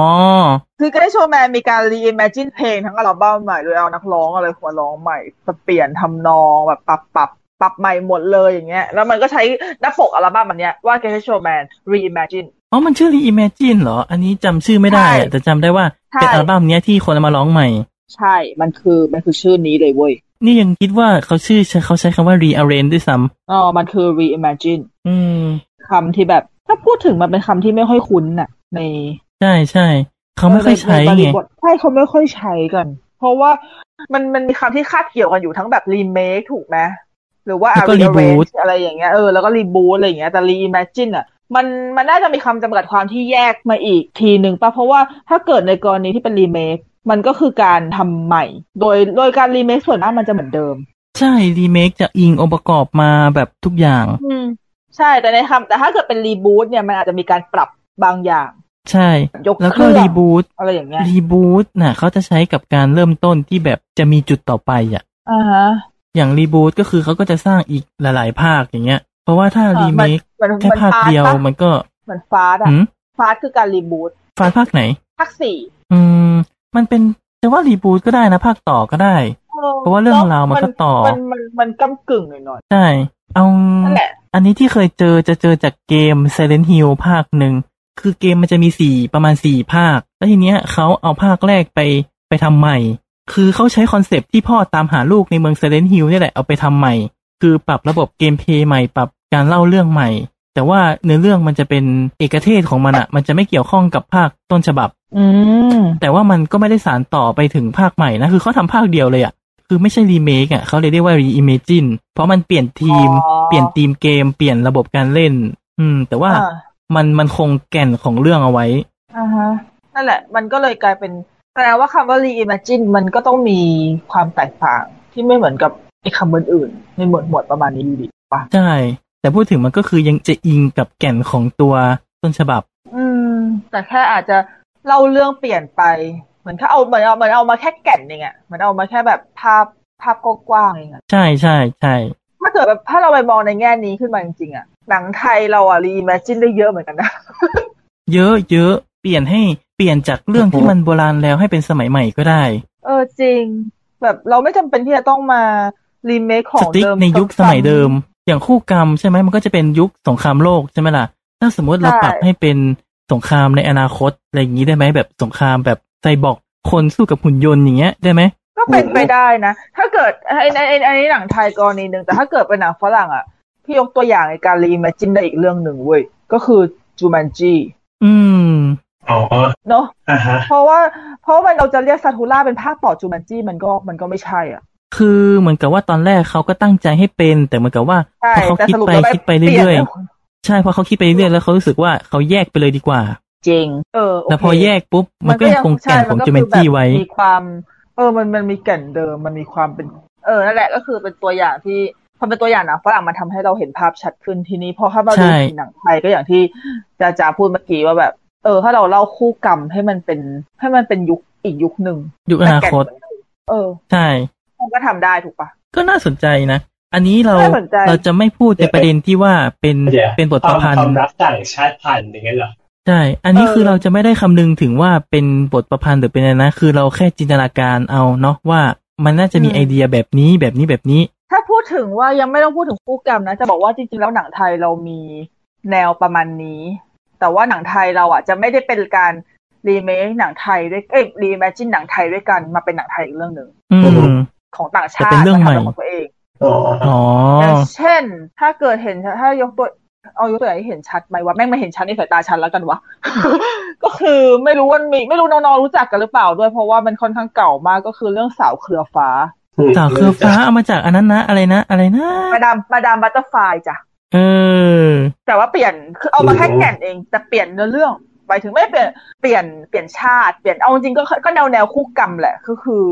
คือ Get a Showman มีการ reimagine เพลงทั้งอัลบั้มใหม่โดยเอานักร้องอะไรคนมาร้องใหม่มาเปลี่ยนทำนองแบบปรับปรับปรับใหม่หมดเลยอย่างเงี้ย แล้วมันก็ใช้หน้าปกอัลบั้มแบบเนี้ยว่า Get a Showman reimagine อ๋อ มันชื่อ reimagine เหรอ อันนี้จำชื่อไม่ได้อะ ใช่ แต่จำได้ว่าเป็น ใช่ อัลบั้มเนี้ยที่คนเอามาร้องใหม่ ใช่ มันคือมันคือชื่อนี้เลยเว้ย นี่ยังคิดว่าเขาชื่อใช้เขาใช้คำว่า rearrange ด้วยซ้ำ อ๋อมันคือ reimagine อืม คำที่แบบถ้าพูดถึงมันเป็นคำที่ไม่ค่อยคุ้นน่ะ ใน ใช่ใช่เขาไม่ค่อยใช้ นบ ไง ริบทใช่เขาไม่ค่อยใช้กัน เพราะว่ามันมันมีคำที่คาดเกี่ยวกันอยู่ทั้งแบบรีเมคถูกไหมหรือว่า แล้วก็ อะ rearrange reboot อะไรอย่างเงี้ยเออแล้วก็รีบู t อะไรอย่างเงี้ยแต่รี i m a g i n e อ่ะ มันมันน่าจะมีคำจำกัดความที่แยกมาอีกทีหนึ่งป่ะ เพราะว่าถ้าเกิดในกรณีที่เป็นรีเมค มันก็คือการทำใหม่ โดยโดยการรีเมคส่วนมากมันจะเหมือนเดิม ใช่รีเมคจะอิงองค์ประกอบมาแบบทุกอย่าง อืม ใช่แต่ในคำแต่ถ้าเกิดเป็นรีบูตเนี่ยมันอาจจะมีการปรับบางอย่าง ใช่ ยก แล้ว เค ก็ รื่อง รีบูต อะไรอย่างเงี้ย รีบูตน่ะเขาจะใช้กับการเริ่มต้นที่แบบจะมีจุดต่อไปอ่ะ อ่าฮะ อย่างรีบูตก็คือเขาก็จะสร้างอีกหลาย ๆ ภาคอย่างเงี้ย เพราะว่าถ้ารีเมค มัน แค่ มัน ภาค ฟาส เดียว ปะ มันก็ มันฟาสอะ หืม ฟาสคือการรีบูต ฟานภาคไหน ภาคสี่ อืม มันเป็นจะว่ารีบูตก็ได้นะ ภาคต่อก็ได้ เพราะว่าเรื่องราวมันก็ต่อ มันมันมันกำกึ่งหน่อยๆ ใช่ เอา นั่นแหละ อันนี้ที่เคยเจอจะเจอจากเกม Silent Hill ภาคหนึ่ง คือเกมมันจะมีสี่ประมาณสี่ภาค แล้วทีเนี้ยเขาเอาภาคแรกไปไปทำใหม่ คือเขาใช้คอนเซปต์ที่พ่อตามหาลูกในเมือง Silent Hill เนี่ยแหละเอาไปทำใหม่ คือปรับระบบเกมเพลย์ใหม่ปรับการเล่าเรื่องใหม่ แต่ว่าเนื้อเรื่องมันจะเป็นเอกเทศของมันอะมันจะไม่เกี่ยวข้องกับภาคต้นฉบับ อืม แต่ว่ามันก็ไม่ได้สานต่อไปถึงภาคใหม่นะ คือเขาทำภาคเดียวเลยอะ่ะ คือไม่ใช่รีเมคอ่ะเขาเลยเรียกว่ารีอิมเมจินเพราะมันเปลี่ยนทีม อ๋อ เปลี่ยนทีมเกม เปลี่ยนระบบการเล่น อืม แต่ว่า อ่า มันมันคงแก่นของเรื่องเอาไว้ อ่าฮะนั่นแหละ มันก็เลยกลายเป็นแปลว่าคำว่า reimagine มันก็ต้องมีความแตกต่างที่ไม่เหมือนกับไอ้คำอื่นๆในหมวดหมวดประมาณนี้อยู่ดีปะ ใช่ แต่พูดถึงมันก็คือยังจะอิงกับแก่นของตัวต้นฉบับ อืม แต่แค่อาจจะเล่าเรื่องเปลี่ยนไป เหมือนแค่เอาเหมือนเอาเหมือนเอามาแค่แก่นเองอะเหมือนเอามาแค่แบบภาพภาพกว้างๆเองอะ ใช่ใช่ใช่ ถ้าเกิดแบบถ้าเราไปมองในแง่นี้ขึ้นมาจริงๆอะหนังไทยเราอะ reimagine ได้เยอะเหมือนกันนะ เยอะเยอะเปลี่ยนให้เปลี่ยนจากเรื่องที่มันโบราณแล้วให้เป็นสมัยใหม่ก็ได้ เออจริง แบบเราไม่จำเป็นที่จะต้องมา remake ข ส อง ติ๊ก เดิม ในยุคสมัย ซ้ำๆ เดิม อย่างคู่กรรมใช่ไหมมันก็จะเป็นยุคสงครามโลกใช่ไหมล่ะ ถ้าสมมติเรา ใช่ ปรับให้เป็นสงครามในอนาคตอะไรอย่างนี้ได้ไหมแบบสงครามแบบไซบอร์กคนสู้กับหุ่นยนต์อย่างเงี้ยได้ไหม ก็เป็นไปได้นะ ถ้าเกิดไอ้ไอ้ไอ้ไอ้หนังไทยกรณีหนึ่งแต่ถ้าเกิดเป็นหนังฝรั่งอ่ะ พี่ยกตัวอย่างในการรีมาจินได้อีกเรื่องหนึ่งเว้ย ก็คือจูมันจี อืม อ๋อ เนาะ อ่าฮะ เพราะว่าเพราะว่ามันเราจะเรียกซาทูล่าเป็นภาคต่อจูมันจีมันก็มันก็ไม่ใช่อ่ะ คือเหมือนกับว่าตอนแรกเขาก็ตั้งใจให้เป็น แต่เหมือนกับว่า ใช่ พอเขา แต่ คิด สรุป ไป แล้ว คิดไป เปลี่ยน เรื่อย แล้ว ๆใช่พอเขาคิดไปเรื่อยๆแล้วเขารู้สึกว่าเขาแยกไปเลยดีกว่า จริง เออโเค แต่พอแยกปุ๊บมันก็ยังคงแก่นของ ใช่ จูเมน ก็คือแบบ จี้ไว้ มีความ เออมันมันมีแก่นเดิมมันมีความเป็น เออนั่นแหละก็คือเป็นตัวอย่างที่พอเป็นตัวอย่างหนังฝรั่งมันทำให้เราเห็นภาพชัดขึ้นทีนี้พอถ้ามาดู ใช่ หนังไทยก็อย่างที่จาจาพูดเมื่อกี้ว่าแบบ เออ ถ้าเราเล่าคู่กรรมให้มันเป็น ให้มันเป็นยุคอีกยุคหนึ่ง ยุคอนาคต แต่แก่เหมืเดิมเออ ใช่ มันก็ทำได้ถูกปะ ก็น่าสนใจนะ อันนี้เรา น่าสนใจ เราจะไม่พูดในประเด็นที่ว่าเป็น เดี๋ยว เป็นบทประพัน ค ธ์ วามรักต่างชาติพันธุ์อย่างเงี้ยเหรอ ใช่ อันนี้ เออ คือเราจะไม่ได้คำนึงถึงว่าเป็นบทประพันธ์หรือเป็นอะไรนะ คือเราแค่จินตนาการเอาเนาะว่ามันน่าจะมีไอเดียแบบนี้แบบนี้แบบนี้ ถ้าพูดถึงว่ายังไม่ต้องพูดถึงคู่กรรมนะ จะบอกว่าจริงๆแล้วหนังไทยเรามีแนวประมาณนี้ แต่ว่าหนังไทยเราอ่ะจะไม่ได้เป็นการรีเมคหนังไทยด้วยเอ้ยรีเมจินหนังไทยด้วยกันมาเป็นหนังไทยอีกเรื่องหนึ่ง อื โอ้โห ม ของต่างชา แต่เป็ ติ นเรื่องใหม่ มาทำของตัวเอง อ๋อ อ๋อ อย่างเช่น ถ้าเกิดเห็นถ้ายกตัวเอายกตัวอย่างให้เห็นชัดไหมวะแม่งไม่เห็นชัดในสายตาฉันแล้วกันวะ ก็คือไม่รู้ว่ามีไม่รู้น้องๆรู้จักกันหรือเปล่าด้วย เพราะว่ามันค่อนข้างเก่ามากก็คือเรื่องสาวเครือฟ้า สาวเครือฟ้าเอามาจากอันนั้นนะ อะไรนะ อะไรนะ มาดามมาดามบัตเตอร์ฟลายจ้ะ เออ แต่ว่าเปลี่ยนคือเอามาแค่แก่นเองแต่เปลี่ยนเนื้อเรื่องไปถึงไม่ได้เปลี่ยนเปลี่ยนเปลี่ยนชาติ เปลี่ยนเอาจริงๆก็ก็แนวแนวคู่กรรมแหละก็คือ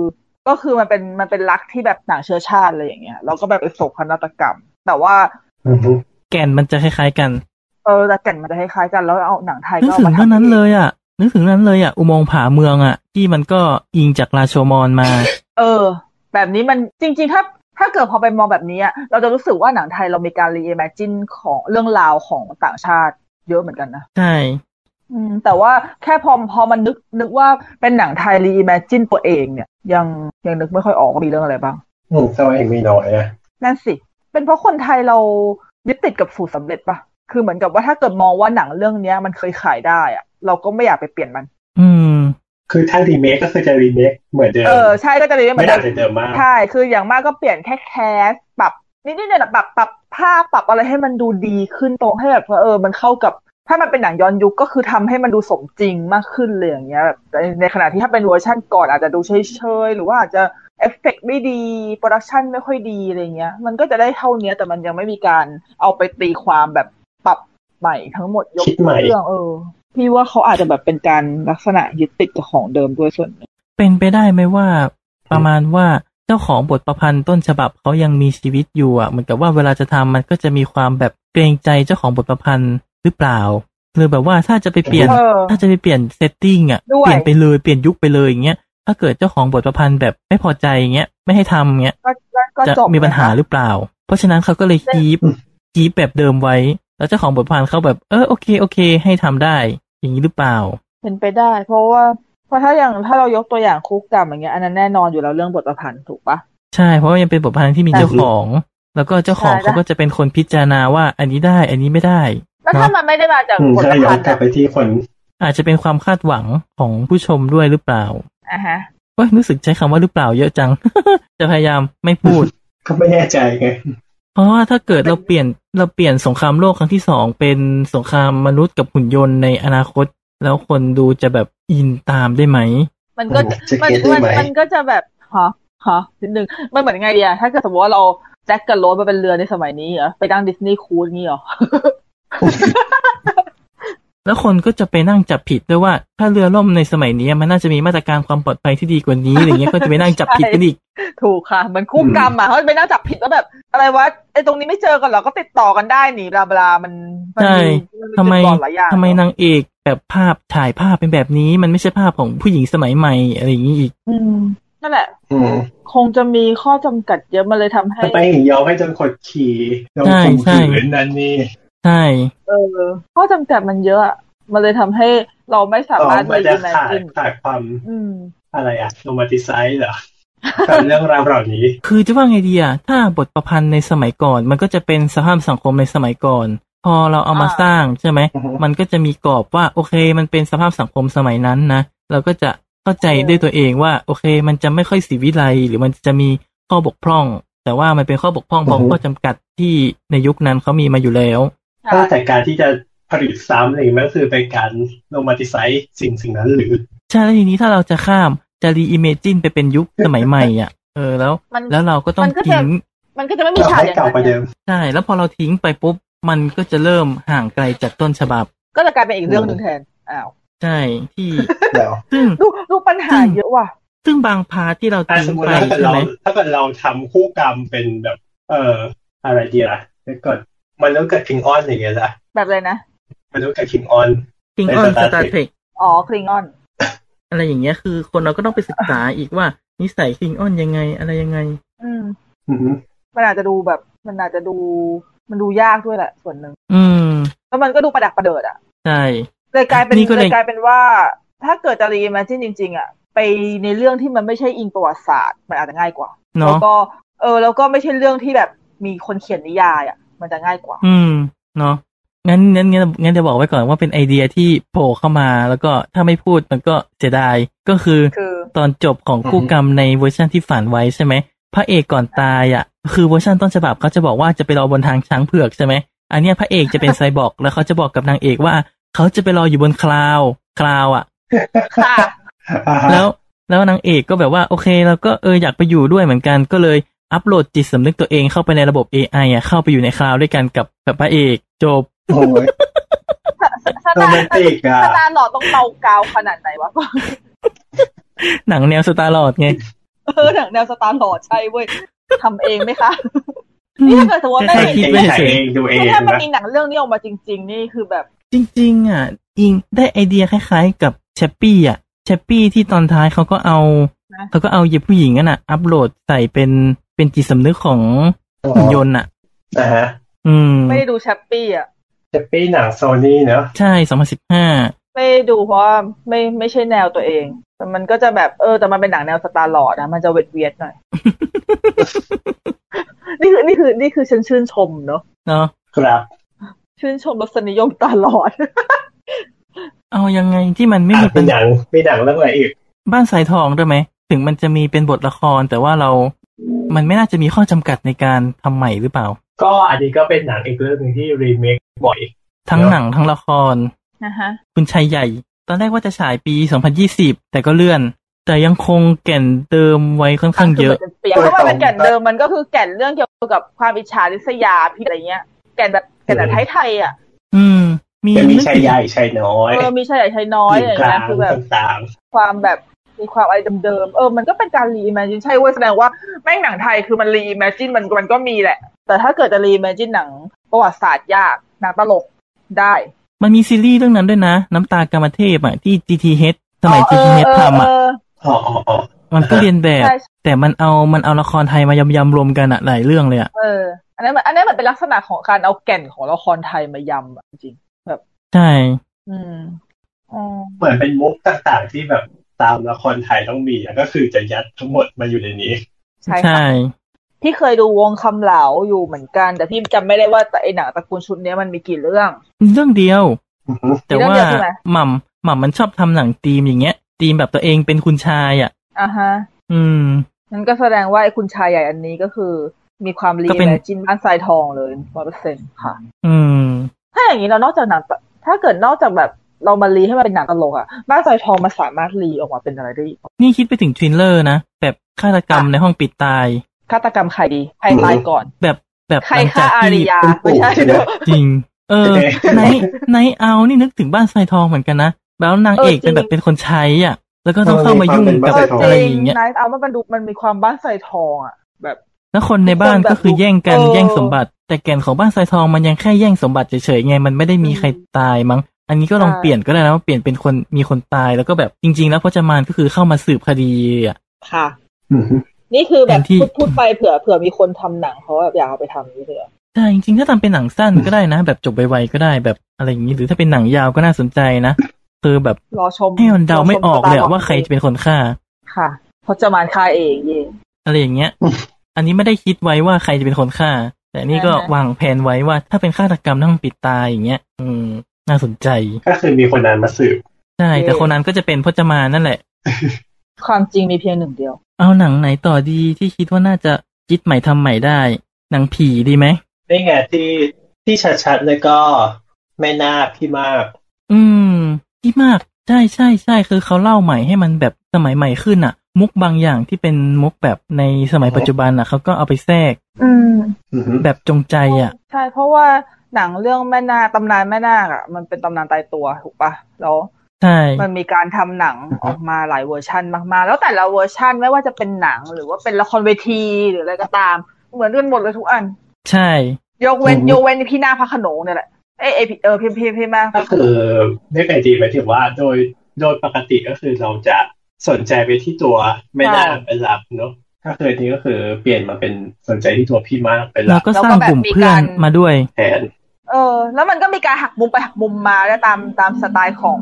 ก็คือมันเป็นมันเป็นรักที่แบบต่างเชื้อชาติอะไรอย่างเงี้ยแล้วก็แบบไปโศกนาฏกรรม แต่ว่า อือฮึ แก่นมันจะคล้ายๆกัน เออแต่แก่นมันจะคล้ายๆกันแล้วเอาหนังไทย นึก ก็ ถึ เอา ง มา เรื่อง ทำ นั้น เอ เล ง ยอ่ะ นึกถึงเรื่องนั้นเลยอ่ะ อุโมงค์ผาเมืองอ่ะ ที่มันก็อิงจากราโชมอนมา เออ แบบนี้มันจริง ๆ ถ้าถ้าเกิดพอไปมองแบบนี้อะเราจะรู้สึกว่าหนังไทยเรามีการรี i m a g i n e ของเรื่องราวของต่างชาติเยอะเหมือนกันนะ ใช่ อืมแต่ว่าแค่พอพอมันนึกนึกว่าเป็นหนังไทยรีอิมเมจินตัวเองเนี่ย ยังยังนึกไม่ค่อยออกว่ามีเรื่องอะไรบ้าง อืมตัวเองมีน้อยอะ นั่นสิ เป็นเพราะคนไทยเรายึดติดกับสูตรสำเร็จปะคือเหมือนกับว่าถ้าเกิดมองว่าหนังเรื่องเนี้ยมันเคยขายได้อะเราก็ไม่อยากไปเปลี่ยนมัน อืม คือถ้ารีเมคก็คือจะรีเมคเหมือนเดิม เออใช่ก็จะรีเมคเหมื ไม่ อน ได้ เดิม จะเดิมมาก ใช่คืออย่างมากก็เปลี่ยนแค่แคสปรับนิดนิดหน่อยๆปรับปรับภาพปรับอะไรให้มันดูดีขึ้นตรงให้แบบว่าเออมันเข้ากับ ถ้ามันเป็นหนังย้อนยุคก็คือทำให้มันดูสมจริงมากขึ้นเลยอย่างเงี้ยแบบในในขณะที่ถ้าเป็นเวอร์ชั่นก่อนอาจจะดูเฉยๆหรือว่าอาจจะเอฟเฟกต์ไม่ดีโปรดักชันไม่ค่อยดีอะไรเงี้ย มันก็จะได้เท่าเนี้ยแต่มันยังไม่มีการเอาไปตีความแบบปรับ ใหม่ทั้งหมดยก คิดใหม่ เรื่องเออ พี่ว่าเขาอาจจะแบบเป็นการลักษณะยึดติดกับของเดิมด้วยส่วนหนึ่ง เป็นไปได้ไหมว่า ประมาณว่าเจ้าของบทประพันธ์ต้นฉบับเขายังมีชีวิตอยู่อ่ะเหมือนกับว่าเวลาจะทำมันก็จะมีความแบบเกรงใจเจ้าของบทประพันธ์หรือเปล่าหรือแบบว่าถ้าจะไปเปลี่ยน เออ ถ้าจะไปเปลี่ยนเซตติ้งอ่ะ ด้วย เปลี่ยนไปเลยเปลี่ยนยุคไปเลยอย่างเงี้ยถ้าเกิดเจ้าของบทประพันธ์แบบไม่พอใจอย่างเงี้ยไม่ให้ทำอย่างเงี้ย ก็ก็ จะ จบ มีปัญหา นะคะ หรือเปล่า เพราะฉะนั้นเขาก็เลยคีปคีปแบบเดิมไว้ แล้วเจ้าของบทความเขาแบบเออโอเคโอเค ให้ทำได้ อย่างนี้หรือเปล่า เป็นไปได้ เพราะว่าเพราะถ้าอย่างถ้าเรายกตัวอย่างคุกกรรมอย่างเงี้ยอันนั้นแน่นอนอยู่แล้วเรื่องบทประพันธ์ถูกปะ ใช่ เพราะว่ายังเป็นบทความที่มีเจ้าของ แล้วก็เจ้าของ ใช่ เขาก็จะเป็นคนพิจารณาว่าอันนี้ได้ อันนี้ไม่ได้ แล้วถ้ามันไม่ได้มาจาก อืม บทป ถ้า ระ ย้อ พั น นธ์ กลับไปที่คน อาจจะเป็นความคาดหวังของผู้ชมด้วยหรือเปล่า อ่ะฮะ เอ้ยรู้สึกใช้คำว่าหรือเปล่าเยอะจัง จะพยายามไม่พูด ก็ไม่แน่ใจไง เพราะว่าถ้าเกิดเราเปลี่ยนเราเปลี่ยนสงครามโลกครั้งที่สองเป็นสงครามมนุษย์กับหุ่นยนต์ในอนาคต แล้วคนดูจะแบบอินตามได้ไหม มันก็ อืมจะ มัน เก็ตได้ มัน ไหม มันก็จะแบบฮะฮะนิดนึงมันเหมือนไงดีอะถ้าเกิดสมมติว่าเราแจ็คกับโรสมาเป็นเรือในสมัยนี้เหรอไปนั่งดิสนีย์ครูซงี้เหรอ แล้วคนก็จะไปนั่งจับผิดด้วยว่า ถ้าเรือล่มในสมัยนี้มันน่าจะมีมาตรการความปลอดภัยที่ดีกว่านี้อะไรเงี้ยก็จะไปนั่งจับผิดกันอีก ถูกค่ะเหมือนคู่กรรมอะเขาไปนั่งจับผิดว่าแบบ อะไรวะไอ้ตรงนี้ไม่เจอกันเหรอก็ติดต่อกันได้นี่บลาบลามันมัน ใช่ น ทำไม จุดบอดหลายอย่าง ทำไมนางเอกแบบภาพถ่ายภาพเป็นแบบนี้ มันไม่ใช่ภาพของผู้หญิงสมัยใหม่อะไรอย่างนี้อีก อืมนั่นแหละ อืม คงจะมีข้อจำกัดเยอะมันเลยทำให้ ทำไมถึงยอมให้จนกดขี่โดนข่ม ใช่ ขื ใช่ นนั่นนี่ ใช่ เออข้อจำกัดมันเยอะอะมันเลยทำให้เราไม่สา อ๋อ มารถ มันจะ น ขาด กิน ขาดความ อืม อะไรอะโรแมนติไซ ส์เหรอกับเรื่องราวเหล่านี้ คือจะว่าไงดีอะถ้าบทประพันธ์ในสมัยก่อน มันก็จะเป็นสภาพสังคมในสมัยก่อน พอเราเอามา อ่า สร้างใช่ไหม มันก็จะมีกรอบว่าโอเคมันเป็นสภาพสังคมสมัยนั้นนะ เราก็จะเข้าใจด้วยตัวเองว่า โอเคมันจะไม่ค่อยสีวิไลหรือมันจะมีข้อบกพร่อง แต่ว่ามันเป็นข้อบกพร่องของข้อจำกัดที่ในยุคนั้นเขามีมาอยู่แล้ว ใช่ ถ้าแต่การที่จะผลิตซ้ำอะไรอย่างเงี้ยมันก็คือเป็นการโรแมนติไซส์สิ่งสิ่งนั้นหรือ ใช่แล้วทีนี้ถ้าเราจะข้ามจะรีอิเมจินไปเป็นยุคสมัยใหม่อ่ะเออแล้ว มัน แล้วเราก็ต้อง มันก็จะ ทิ้ง มันก็จะไม่มี เรา ฉากอให้ย่าง เก่าไป นั้น เดิม ใช่แล้วพอเราทิ้งไปปุ๊บมันก็จะเริ่มห่างไกลจากต้นฉบับ ก็จะกลายเป็นอีกเรื่องหนึ่งแทนอ้าว ใช่ที่ แล้ว ซึ่ง ลูกลูกปัญหาเยอะว่ะ ซึ่งบางพาร์ทที่เรา ถ้า ทิ้ สม ง มติ ไป ว่าถ้าเกิด ใช่ เรา ไหม ถ้าเกิดเราทำคู่กรรมเป็นแบบ เอ่ออะไรดีล่ะเดี๋ยวก่อนมันต้องเกิดคิงออนอย่างเงี้ยละ แบบอะไรนะ มันต้องเกิดคิงออน ทิ้งออน ใน ส Star ตา Trek ร์เทค อ๋อคลิงออน อะไรอย่างเงี้ยคือคนเราก็ต้องไปศึกษาอีกว่า นิสัยคิงออนยังไงอะไรยังไง อืม อือฮึ มันอาจจะดูแบบ มันอาจจะดูมันดูยากด้วยแหละส่วนหนึ่ง อืม แล้วมันก็ดูประดักประเดิดอ่ะ ใช่ เลยกลายเป็น นี่ก็เลย เลยกลายเป็นว่า ถ้าเกิดจะรีมาจินจริง ๆ อ่ะ ไปในเรื่องที่มันไม่ใช่อิงประวัติศาสตร์ มันอาจจะง่ายกว่า แล้ว เนาะ ก็เออแล้วก็ไม่ใช่เรื่องที่แบบมีคนเขียนนิยายอ่ะ มันจะง่ายกว่า อืมเนาะงั้นงั้นงั้นงั้นจะบอกไว้ก่อนว่าเป็นไอเดียที่โผล่เข้ามาแล้วก็ถ้าไม่พูดมันก็เสียดายก็คือ คือ ตอนจบของคู่กรรมในเวอร์ชันที่ฝันไว้ใช่ไหมพระเอกก่อนตายอ่ะ คือเวอร์ชันต้นฉบับเขาจะบอกว่าจะไปรอบนทางช้างเผือกใช่ไหมอันเนี้ยพระเอกจะเป็นไซบอร์กแล้วเขาจะบอกกับนางเอกว่าเขาจะไปรออยู่บนคลาวคลาวอ่ะ ค่ะ อ่าฮะ แล้วแล้วนางเอกก็แบบว่าโอเคเราก็เอออยากไปอยู่ด้วยเหมือนกันก็เลยอัปโหลดจิตสำนึกตัวเองเข้าไปในระบบ AI อ่ะเข้าไปอยู่ในคลาวด์ด้วยกันกับกับพระเอกจบ โอ้ย ส โร ตา แมนติกอ่ะ สตาหล่อต้องเตากาวขนาดไหนวะ หนังแนวสตาร์ลอดไง เออหนังแนวสตาร์หล่อใช่เว้ยทำเองไหมคะ นี่ถ้าเกิดสมมติว่า ใช่ ไม่ คิด เอง ไว้เฉยๆ ถ่ายเองดูเอง ถ้ามัน นะ มีหนังเรื่องนี้ออกมาจริง ๆ นี่คือแบบ จริง ๆ อ่ะ อิงได้ไอเดียคล้ายๆ กับแชปปี้อ่ะแชปปี้ที่ตอนท้ายเขาก็เอา นะ เขาก็เอาเหย็บผู้หญิงนั่นน่ะอัปโหลดใส่เป็นเป็นจิตสำนึกของหุ่นยนต์อ่ะ นะฮะ อืม ไม่ได้ดูแชปปี้อ่ะ จะเป็นหนังโซนี่เนาะ ใช่ 2015 ไม่ได้ดูเพราะว่าไม่ไม่ใช่แนวตัวเอง แต่มันก็จะแบบเออแต่มันเป็นหนังแนวสตาร์หล่อนะมันจะเวทเวียดๆหน่อย นี่คือนี่คือนี่คือฉันชื่นชมเนาะ เนาะ ครับ ชื่นชมรสนิยมตาหลอด เอายังไงที่มันไม่ อ่ะ มี มี ปัญ หนังมีหนังเรื่องอะไรอีก บ้านสายทองด้วยไหม ถึงมันจะมีเป็นบทละคร แต่ว่าเรา มันไม่น่าจะมีข้อจำกัดในการทำใหม่หรือเปล่า ก็อันนี้ก็เป็นหนังอีกเรื่องหนึ่งที่รีเมคบ่อย ทั้ง เดี๋ยว หนังทั้งละคร นะฮะ คุณชายใหญ่ ตอนแรกว่าจะฉายปี 2020 แต่ก็เลื่อน แต่ยังคงแก่นเดิมไว้ค่อนข้างเยอะ เปลี่ยนเพราะว่ามันแก่นเดิมมันก็คือแก่นเรื่องเกี่ยวกับความอิจฉาริษยาพี่อะไรเงี้ย แก่นแบบแก่นแบบไทยๆอ่ะ อืม มี จะมี นึก ชายใหญ่ชายน้อย เออมีชายใหญ่ชายน้อย ห อะไร ญิงก เงี้ ลาย ง คือแบบ ต่าง ความแบบมีความอะไรเดิมๆเออมันก็เป็นการรีแมจินใช่เว้ยแสดงว่าแม่งหนังไทยคือมันรีแมจินมันมันก็มีแหละ แต่ถ้าเกิดจะรีแมจินหนังประวัติศาสตร์ยากหนังตลกได้ มันมีซีรีส์เรื่องนั้นด้วยนะ น้ำตากามเทพอ่ะที่ GTH สมัย GTH ทำอ่ะ ๆอ๋ออ๋ออ๋อ มันก็เรียนแบบ ใช่ แต่มันเอามันเอาละครไทยมายำๆรวมกันอ่ะหลายเรื่องเลยอ่ะ เออ อันนั้นมันอันนั้นมันเป็นลักษณะของการเอาแก่นของละครไทยมายำอะจริง ใช่ อืมอืม เหมือนเป็นมุกต่างๆที่แบบตามละครไทยต้องมีอะก็คือจะยัดทั้งหมดมาอยู่ในนี้ ใช่ ใช่ ค่ะพี่เคยดูวงคำเหลาอยู่เหมือนกัน แต่พี่จำไม่ได้ว่าแต่ไอหนังตระกูลชุดเนี้ยมันมีกี่เรื่อง เรื่องเดียว อือฮึ แต่ เรื่อง ว่า เดียวใช่ไหม หม่ำหม่ำมันชอบทำหนังธีมอย่างเงี้ยธีมแบบตัวเองเป็นคุณชายอ่ะ อ่ะฮะ อืม นั่นก็แสดงว่าไอคุณชายใหญ่อันนี้ก็คือ มีความรี ก็เป็น แมจินบ้านทรายทองเลยร้อยเปอร์เซ็นต์ค่ะ อืม ถ้าอย่างนี้เรานอกจากหนังตะถ้าเกิดนอกจากแบบเรามารีให้มันเป็นหนังตลกอะบ้านทรายทองมันสามารถรีออกมาเป็นอะไรได้อีก นี่คิดไปถึงทริลเลอร์นะ แบบฆาตกรรมในห้องปิดตาย ฆาตกรรมใครดีใครตายก่อน แบบแบบ ใคร หลัง ฆ่า จาก อาริ ที่ ยาไม่ใช่เด้อ จริง เออ โอเค ไนท์ไนท์เอานี่นึกถึงบ้านทรายทองเหมือนกันนะ แล้วนางเอก เออจริ เป็ ง นแบบเป็นคนใช้อ่ะ แล้วก็ต้องเข้ามายุ่งกับ เออจริง อะไรอย่างเงี้ย นะเอามันดูมันมีความบ้านใส่ทองอ่ะ แบบ แล้วคนในบ้านก็คือแย่งกัน เออ แย่งสมบัติ แต่แก่นของบ้านทรายทองมันยังแค่แย่งสมบัติเฉยๆไง มันไม่ได้มีใครตายมั้ง อันนี้ก็ลองเปลี่ยนก็ได้นะว่าเปลี่ยนเป็นคนมีคนตายแล้วก็แบบจริง ๆ แล้วพจมานก็คือเข้ามาสืบคดีอ่ะ ค่ะ อือฮึ นี่คือแบบ แทนที่ พูดพูดไปเผื่อเผื่อมีคนทำหนังเขาแบบอยากเอาไปทำนี่เลยอะ ใช่จริงๆถ้าทำเป็นหนังสั้นก็ได้นะ แบบจบไวๆก็ได้แบบอะไรอย่างนี้หรือถ้าเป็นหนังยาวก็น่าสนใจนะคือแบบ รอชม ให้มันเดาไม่ออกเลย รช อะ ม ว่าใครจะเป็นคนฆ่า ค่ะพจมานค่าเองเย่ อะไรอย่างเงี้ย อันนี้ไม่ได้คิดไว้ว่าใครจะเป็นคนฆ่า แต่นี่ก็ อ่าฮะ วางแผนไว้ว่าถ้าเป็นฆาตกรรมต้องปิดตายอย่างเงี้ย อืม น่าสนใจ ก็คือมีคนนั้นมาสืบ ใช่ แต่ เย้ คนนั้นก็จะเป็นพจมานนั่นแหละ ความจริงมีเพียงหนึ่งเดียว เอาหนังไหนต่อดีที่คิดว่าน่าจะคิดใหม่ทำใหม่ได้ หนังผีดีไหม ได้ไงที่ที่ชัดๆเลยก็แม่นาคพี่มาก อืมที่มาก ใช่ใช่ใช่คือเขาเล่าใหม่ให้มันแบบสมัยใหม่ขึ้นอะมุกบางอย่างที่เป็นมุกแบบในสมัยปัจจุบันอะเขาก็เอาไปแทรก อืม อือฮึ แบบจงใจอะ ใช่ เพราะว่าหนังเรื่องแม่นาคตำนานแม่นาคอะมันเป็นตำนานตายตัวถูกปะแล้ว ใช่ มันมีการทำหนังออกมาหลายเวอร์ชันมากๆ แล้วแต่ละเวอร์ชันไม่ว่าจะเป็นหนังหรือว่าเป็นละครเวทีหรืออะไรก็ตาม เหมือนกันหมดเลยทุกอัน ใช่ ยกเว้นยกเว้นพี่หน้าคพระโขนงเนี่ยแหละ เอยเอยพี่เออพี่พี่พี่มาก ก็คือได้ไงดีหมายถึงว่าโดยโดยปกติก็คือเราจะสนใจไปที่ตัวแม่นาคเป็นหลักเนาะก็คือนี้ก็คือเปลี่ยนมาเป็นสนใจที่ตัวพี่มากเป็นห เรา ลัก ก็สร้างกลุ่มเพื่อนมาด้วย แทน เออ แล้วมันก็มีการหักมุมไปหักมุมมาแล้วตามตามสไตล์ของ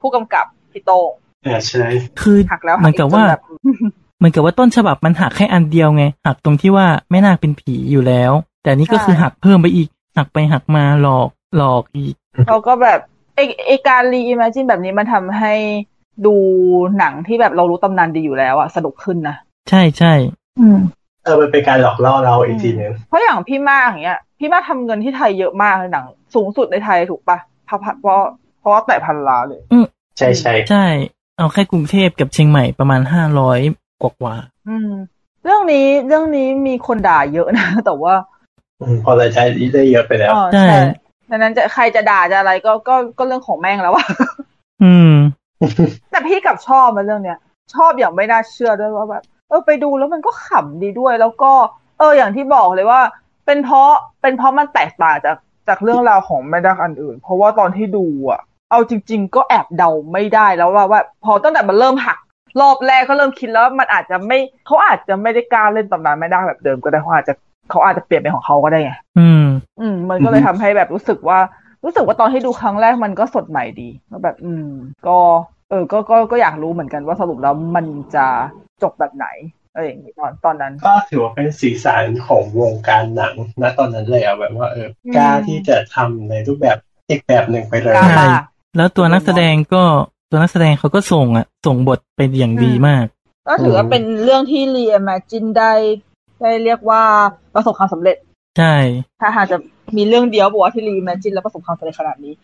ผู้กำกับพี่โตง อ่าใช่ คือ หักแล้ว เหมือนกับว่า จแบบ เหมือนกับว่าต้นฉบับมันหักแค่อันเดียวไง หักตรงที่ว่าแม่นาคเป็นผีอยู่แล้ว แต่อันนี่ก็คือหักเพิ่มไปอีก หักไปหักมาหลอกหลอกอีก เราก็แบบไอไอการรีอิมเมจินแบบนี้มันทำให้ดูหนังที่แบบเรารู้ตำนานดีอยู่แล้วอะสนุกขึ้นนะ ใช่ใช่ อืม เออมันเป็นการหลอกล่อเราอีกทีหนึง เพราะอย่างพี่มากอย่างเงี้ย พี่มากทำเงินที่ไทยเยอะมากเลยหนัง สูงสุดในไทยถูกปะเพราะเพราะเพราะว่าแต่พันล้านเลย ใช่ใช่ ใช่ เอาแค่กรุงเทพกับเชียงใหม่ประมาณห้าร้อยกว่ากว่า อืม เรื่องนี้เรื่องนี้มีคนด่าเยอะ นะ แต่ว่า อืมพอรายได้ได้เยอะไปแล้ว อ๋อ ใช่ ดังนั้นจะใครจะด่าจะอะไรก็ก็ก็เรื่องของแม่งแล้วอะ อืม แต่พี่กลับชอบมาเรื่องเนี้ย ชอบอย่างไม่น่าเชื่อด้วยว่าแบบเออไปดูแล้วมันก็ขำดีด้วย แล้วก็ เอออย่างที่บอกเลยว่า เป็นเพราะเป็นเพราะมันแตกต่างจากจากเรื่องราวของแม่ดักอันอื่น เพราะว่าตอนที่ดูอะเอาจริง ๆ ก็แอบเดาไม่ได้แล้วว่าว่าพอตั้งแต่มันเริ่มหัก รอบแรกก็เริ่มคิดแล้วว่ามันอาจจะไม่เขาอาจจะไม่ได้กล้าเล่นตำนานแม่ดักแบบเดิมก็ได้เขาอาจจะเขาอาจจะเปลี่ยนเป็นของเขาก็ได้ไง อืม อืม มันก็เลยทำให้แบบรู้สึกว่า รู้สึกว่าตอนที่ดูครั้งแรกมันก็สดใหม่ดีแล้วแบบ อืม ก็ เออ ก็ก็ก็อยากรู้เหมือนกันว่าสรุปแล้วมันจะจบแบบไหนอะไรอย่างนี้ตอนตอนนั้น ก็ถือว่าเป็นสีสันของวงการหนังณตอนนั้นเลยอะแบบว่าเออ อืม กล้าที่จะทำในรูปแบบอีกแบบหนึ่งไปเลย กล้า ใช่ ป่ะ แล้วตัวนักแสดงก็ตัวนักแสดงเขาก็ส่งอะส่งบทเป็นอย่างดีมาก ก็ถือว่าเป็นเรื่องที่ Reimagine ได้ได้เรียกว่าประสบความสำเร็จ ใช่ ถ้าหากจะมีเรื่องเดียวบอกว่าที่ Reimagine แล้วประสบความสำเร็จขนาดนี้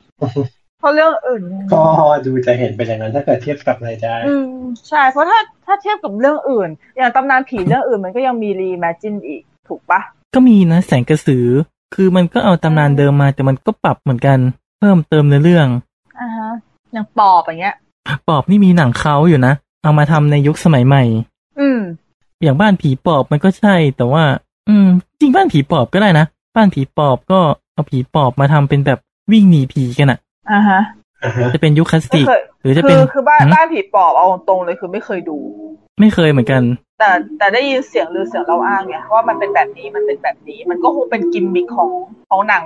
เพราะเรื่องอื่น ก็ดูจะเห็นเป็นอย่างนั้นถ้าเกิดเทียบกับรายได้ อืมใช่ เพราะถ้าถ้าเทียบกับเรื่องอื่น อย่างตำนานผีเรื่องอื่นมันก็ยังมี Reimagine อีกถูกปะ ก็มีนะแสงกระสือ คือมันก็เอาตำนานเดิมมาแต่มันก็ปรับเหมือนกัน ผ พิ่มเติมในเรื่อง อ่าฮะอย่างปอบอย่างเงี้ย ปอบนี่มีหนังเขาอยู่นะ เอามาทำในยุคสมัยใหม่ อืม อย่างบ้านผีปอบมันก็ใช่ แต่ว่า อืม จริงบ้านผีปอบก็ได้นะ บ้านผีปอบก็เอาผีปอบมาทำเป็นแบบวิ่งหนีผีกันอะ อ่าฮะ อ่าฮะ จะเป็นยุคคลาส ไม่ สิก เคย หรือจะเป็ คื น อคือบ้าน หืม บ้านผีปอบเอาตรงๆเลยคือไม่เคยดู ไม่เคยเหมือนกัน แต่แต่ได้ยินเสียงลือเสียงเราอ้างไงว่ามันเป็นแบบนี้มันเป็นแบบนี้ มันก็คงเป็นกิมมิคของของหนัง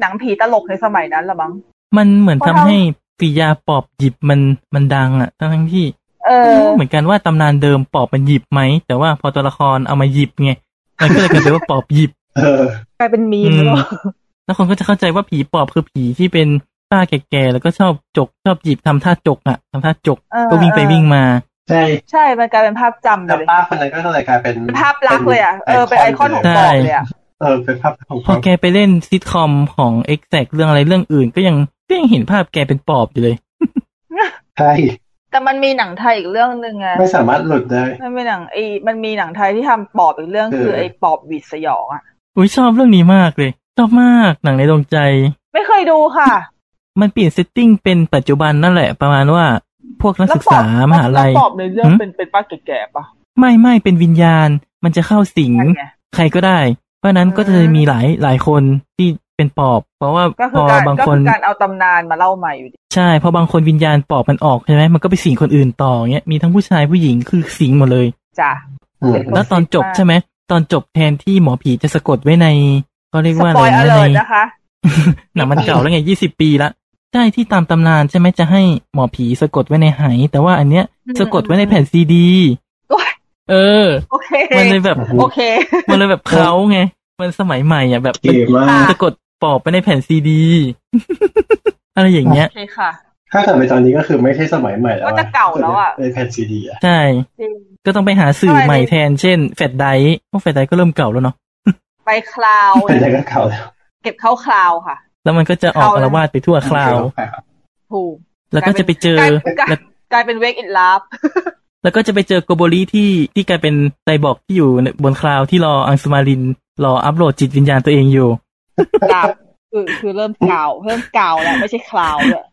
หนังผีตลกในสมัยนั้นละมั้ง มันเหมือน เพ ทำ ราะเรา ให้ปิยาปอบหยิบมันมันดังอะทั้งๆที่ เอ ไม่ อ รู้เหมือนกันว่าตำนานเดิมปอบมันหยิบไหม แต่ว่าพอตัวละครเอามาหยิบไงมันก็เลยกลายเป็นว่าปอบหยิบ เออก ลายเป็นมี ม อืม แล้ว แล้วคนก็จะเข้าใจว่าผีปอบคือผีที่เป็นป้าแก่ๆแล้วก็ชอบจกชอบหยิบทำท่าจกอะทำท่าจก เออ ก็วิ่งไป เออ วิ่งมา ใช่ ใช่ มันกลายเป็นภาพจำไป แล้ว เลย ป้าคนนั้นก็เลยกลายเป็น ภาพลักษณ์เลยอ่ะ เออ เป็นไอคอนของปอบเลยอ่ะ เออเป็นภาพของ พอแกไปเล่นซิทคอมของ e x a c t เรื่องอะไรเรื่องอื่น ก็ยังก็ยังเห็นภาพแกเป็นปอบอยู่เลย ใช่ แต่มันมีหนังไทยอีกเรื่องหนึ่งไง ไม่สามารถหลุดได้ มันมีหนังไอมันมีหนังไทยที่ทำปอบอีกเรื่อง เออ คือไอปอบหวิดสยองอ่ะ อุ้ยชอบเรื่องนี้มากเลย ชอบมากหนังในดวงใจ ไม่เคยดูค่ะ มันเปลี่ยนเซตติ้งเป็นปัจจุบันนั่นแหละ ประมาณว่าพวกนักศึกษามหาลัย แล้วตอบในเรื่อง หืม เป็นเป็นป้าแก่ๆปะ ไม่ไม่เป็นวิญญาณ มันจะเข้าสิง นั่นไง ใครก็ได้ เพราะฉะนั้นก็จะมีหลายหลายคนที่เป็นปอบ เพราะว่า ก็ พ คือ อ การ บาง ก็ ค คื น อการเอาตำนานมาเล่าใหม่อยู่ดี ใช่พอบางคนวิญญาณปอบมันออกใช่ไหมมันก็ไปสิงคนอื่นต่อเงี้ยมีทั้งผู้ชายผู้หญิงคือสิงหมดเลย จ้ะ อืม แล้วตอนจบ มาก ใช่ไหมตอนจบแทนที่หมอผีจะสะกดไว้ในเขาเรียก ส ว่าอะ ป ไร อยเอ นะ เล ใน ยนะคะ หนังมันเก่าแล้วไงยี่สิบปีละใช่ที่ตามตำนานใช่ไหมจะให้หมอผีสะกดไว้ในไหายแต่ว่าอันเนี้ย อืม สะกดไว้ในแผ่นซีดี โอ๊ย เออ โอเค มันเลยแบบ โอเค มันเลยแบบเขาไง มันสมัยใหม่อ่ะแบบ เก๋มาก สะกดปอบไปในแผ่นซีดี อะไรอย่างเงี้ย โอเคค่ะ ถ้ากลับไปตอนนี้ก็คือไม่ใช่สมัยใหม่แล้ว ก็จะเก่าแล้วอะ ในแผ่นซีดีอะ ใช่ จริง ก็ต้องไปหาสื่อ ใช่ ใหม่แทน เช่นแฟดไดพวกแฟดไดก็เริ่มเก่าแล้วเนาะ ไปคลาว แผ่นใดก็เก่าแล้ว เก็บเข้าคลาวค่ะ แล้วมันก็จะออก เก่า อา แล้ ร ว วาสไปทั่วคราว ถูก แล้วก็จะไปเจอก ลายเป็นกลายกลาแล้วยเป็นเวกอินลับ แล้วก็จะไปเจอโกโบริที่ที่กลายเป็นไซบอร์กที่อยู่บนคลาวด์ที่รออังสมาริน รออัปโหลดจิตวิญญาณตัวเองอยู่ กาว คือคือเริ่มกาวเริ่มกาวแล้วไม่ใช่คลาวด้วย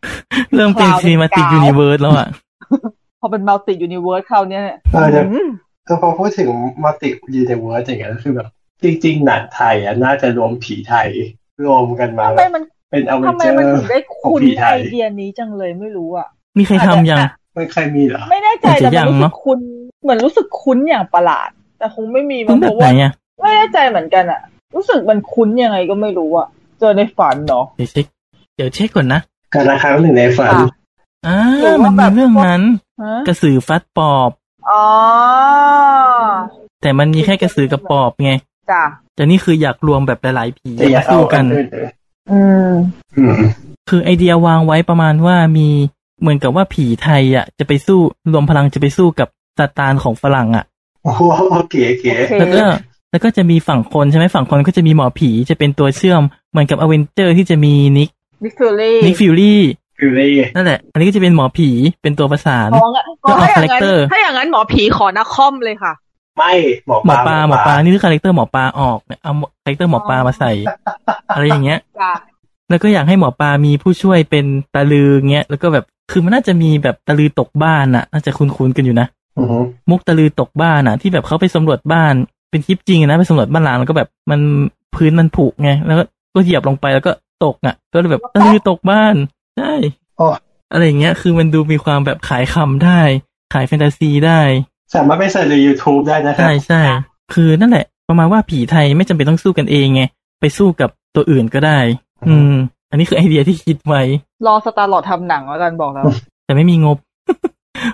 เริ่มเป็น คลาวด์ ซีมาติก เป็นกาว ยูนิเวิร์สแล้วอ่ะ พอเป็นมัลติยูนิเวิร์สคราวเนี้ยเนี่ย เออเดี๋ยว อืม แต่พอพูดถึงมัลติยูนิเวิร์สอย่างเงี้ยก็คือแบบ จริง ๆ หนังไทยอะน่าจะรวมผีไทย รวมกันมา ทำ แบ ไม บ มัน เป็นอเว ทำ น ไม เจอ มัน ร์ ถึงได้ ของ คุ้น ผีไท ไอย เดียนี้จังเลยไม่รู้อ่ะ มีใครทำยัง ไม่เคยมีเหรอ ไม่แน่ใจ อาจ แต่ จะยั มัน ง รู้สึกเนอะ คุ้นเหมือนรู้สึกคุ้นอย่างประหลาด แต่คงไม่มี ต้ มั้ อง งแบ เพ บ ราะ ไหว่านอ่ะ ไม่แน่ใจเหมือนกันอ่ะ รู้สึกมันคุ้นยังไงก็ไม่รู้อ่ะ เจอในฝันเนาะ เดี๋ยวเช็ค เดี๋ยวเช็คก่อนนะ การละครั้งหนึ่งในฝัน ค่ะ อ่า หรือ มั ว่านแบ มี บ เรื่องนั้น ฮะ กระสือฟัดปอบ อ๋อ แต่มันมีแค่กระสือกับปอบไง จ้ะ แต่นี่คืออยากรวมแบบหลายๆผี จะอยาม าก เอา สู้ กั กัน น ด้วยเหรอ อืม อืม คือไอเดียวางไว้ประมาณว่ามีเหมือนกับว่าผีไทยอ่ะจะไปสู้รวมพลังจะไปสู้กับซาตานของฝรั่งอ่ะ โอ้โหเก๋เก๋ โอเค แล้วก็แล้วก็จะมีฝั่งคนใช่ไหมฝั่งคนก็จะมีหมอผีจะเป็นตัวเชื่อม เหมือนกับอเวนเจอร์ที่จะมีนิก วิกตอรี่ นิกฟิลลี่ ฟิลลี่ นั่นแหละ อันนี้ก็จะเป็นหมอผีเป็นตัวประสาน ท้องอ่ะ ก็เอา ถ้าอย่างนั้น character ถ้าอย่างนั้นหมอผีขอนักคอมเลยค่ะ ไม่หมอ หม ป อ ลา ปลาหมอปลานี่คือคาแรคเตอร์หมอปลาออกเนี่ยเอาคาแรคเตอร์หมอปลามาใส่ อะไรอย่างเงี้ย จ้ะ แล้วก็อยากให้หมอปลามีผู้ช่วยเป็นตาลือเงี้ยแล้วก็แบบคือมันน่าจะมีแบบตาลือตกบ้านน่ะน่าจะคุ้นๆกันอยู่นะ อือฮึ มุกตะลือตกบ้านอ่ะ ที่แบบเขาไปสำรวจบ้านเป็นคลิปจริงนะไปสำรวจบ้านร้างแล้วก็แบบมันพื้นมันผุไงแล้วก็ก็เหยียบลงไปแล้วก็ตกอ่ะ ก็เลยแบบตะลือตกบ้านใช่ โอ้ อะไรอย่างเงี้ยคือมันดูมีความแบบขายคำได้ ขายแฟนตาซีได้ สามารถไปเสิร์ชใน YouTube ได้นะครับ ใช่ใช่คือนั่นแหละ ประมาณว่าผีไทยไม่จำเป็นต้องสู้กันเองไงไปสู้กับตัวอื่นก็ได้ อืม อันนี้คือไอเดียที่คิดไว้ รอสตาร์ลอดทำหนังแล้วกัน บอกแล้ว แต่ไม่มีงบ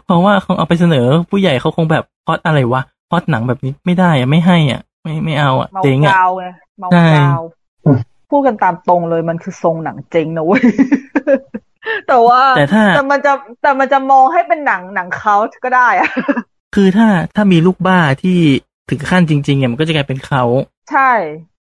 เพราะว่าคงเอาไปเสนอผู้ใหญ่เขาคงแบบพล็อดอะไรวะพล็อดหนังแบบนี้ไม่ได้อะไม่ให้อ่ะ ไม่ไม่เอาอ่ะ เมา เจ๊งอ่ะ กาวไงเมา ใช่ กาวพูดกันตามตรงเลยมันคือทรงหนังเจ๊งนะเว้ย แต่ว่า แต่ถ้า แต่มันจะแต่มันจะมองให้เป็นหนังหนังเขาก็ได้อะ คือถ้าถ้ามีลูกบ้าที่ถึงขั้นจริงๆเนี่ยมันก็จะกลายเป็นเขา ใช่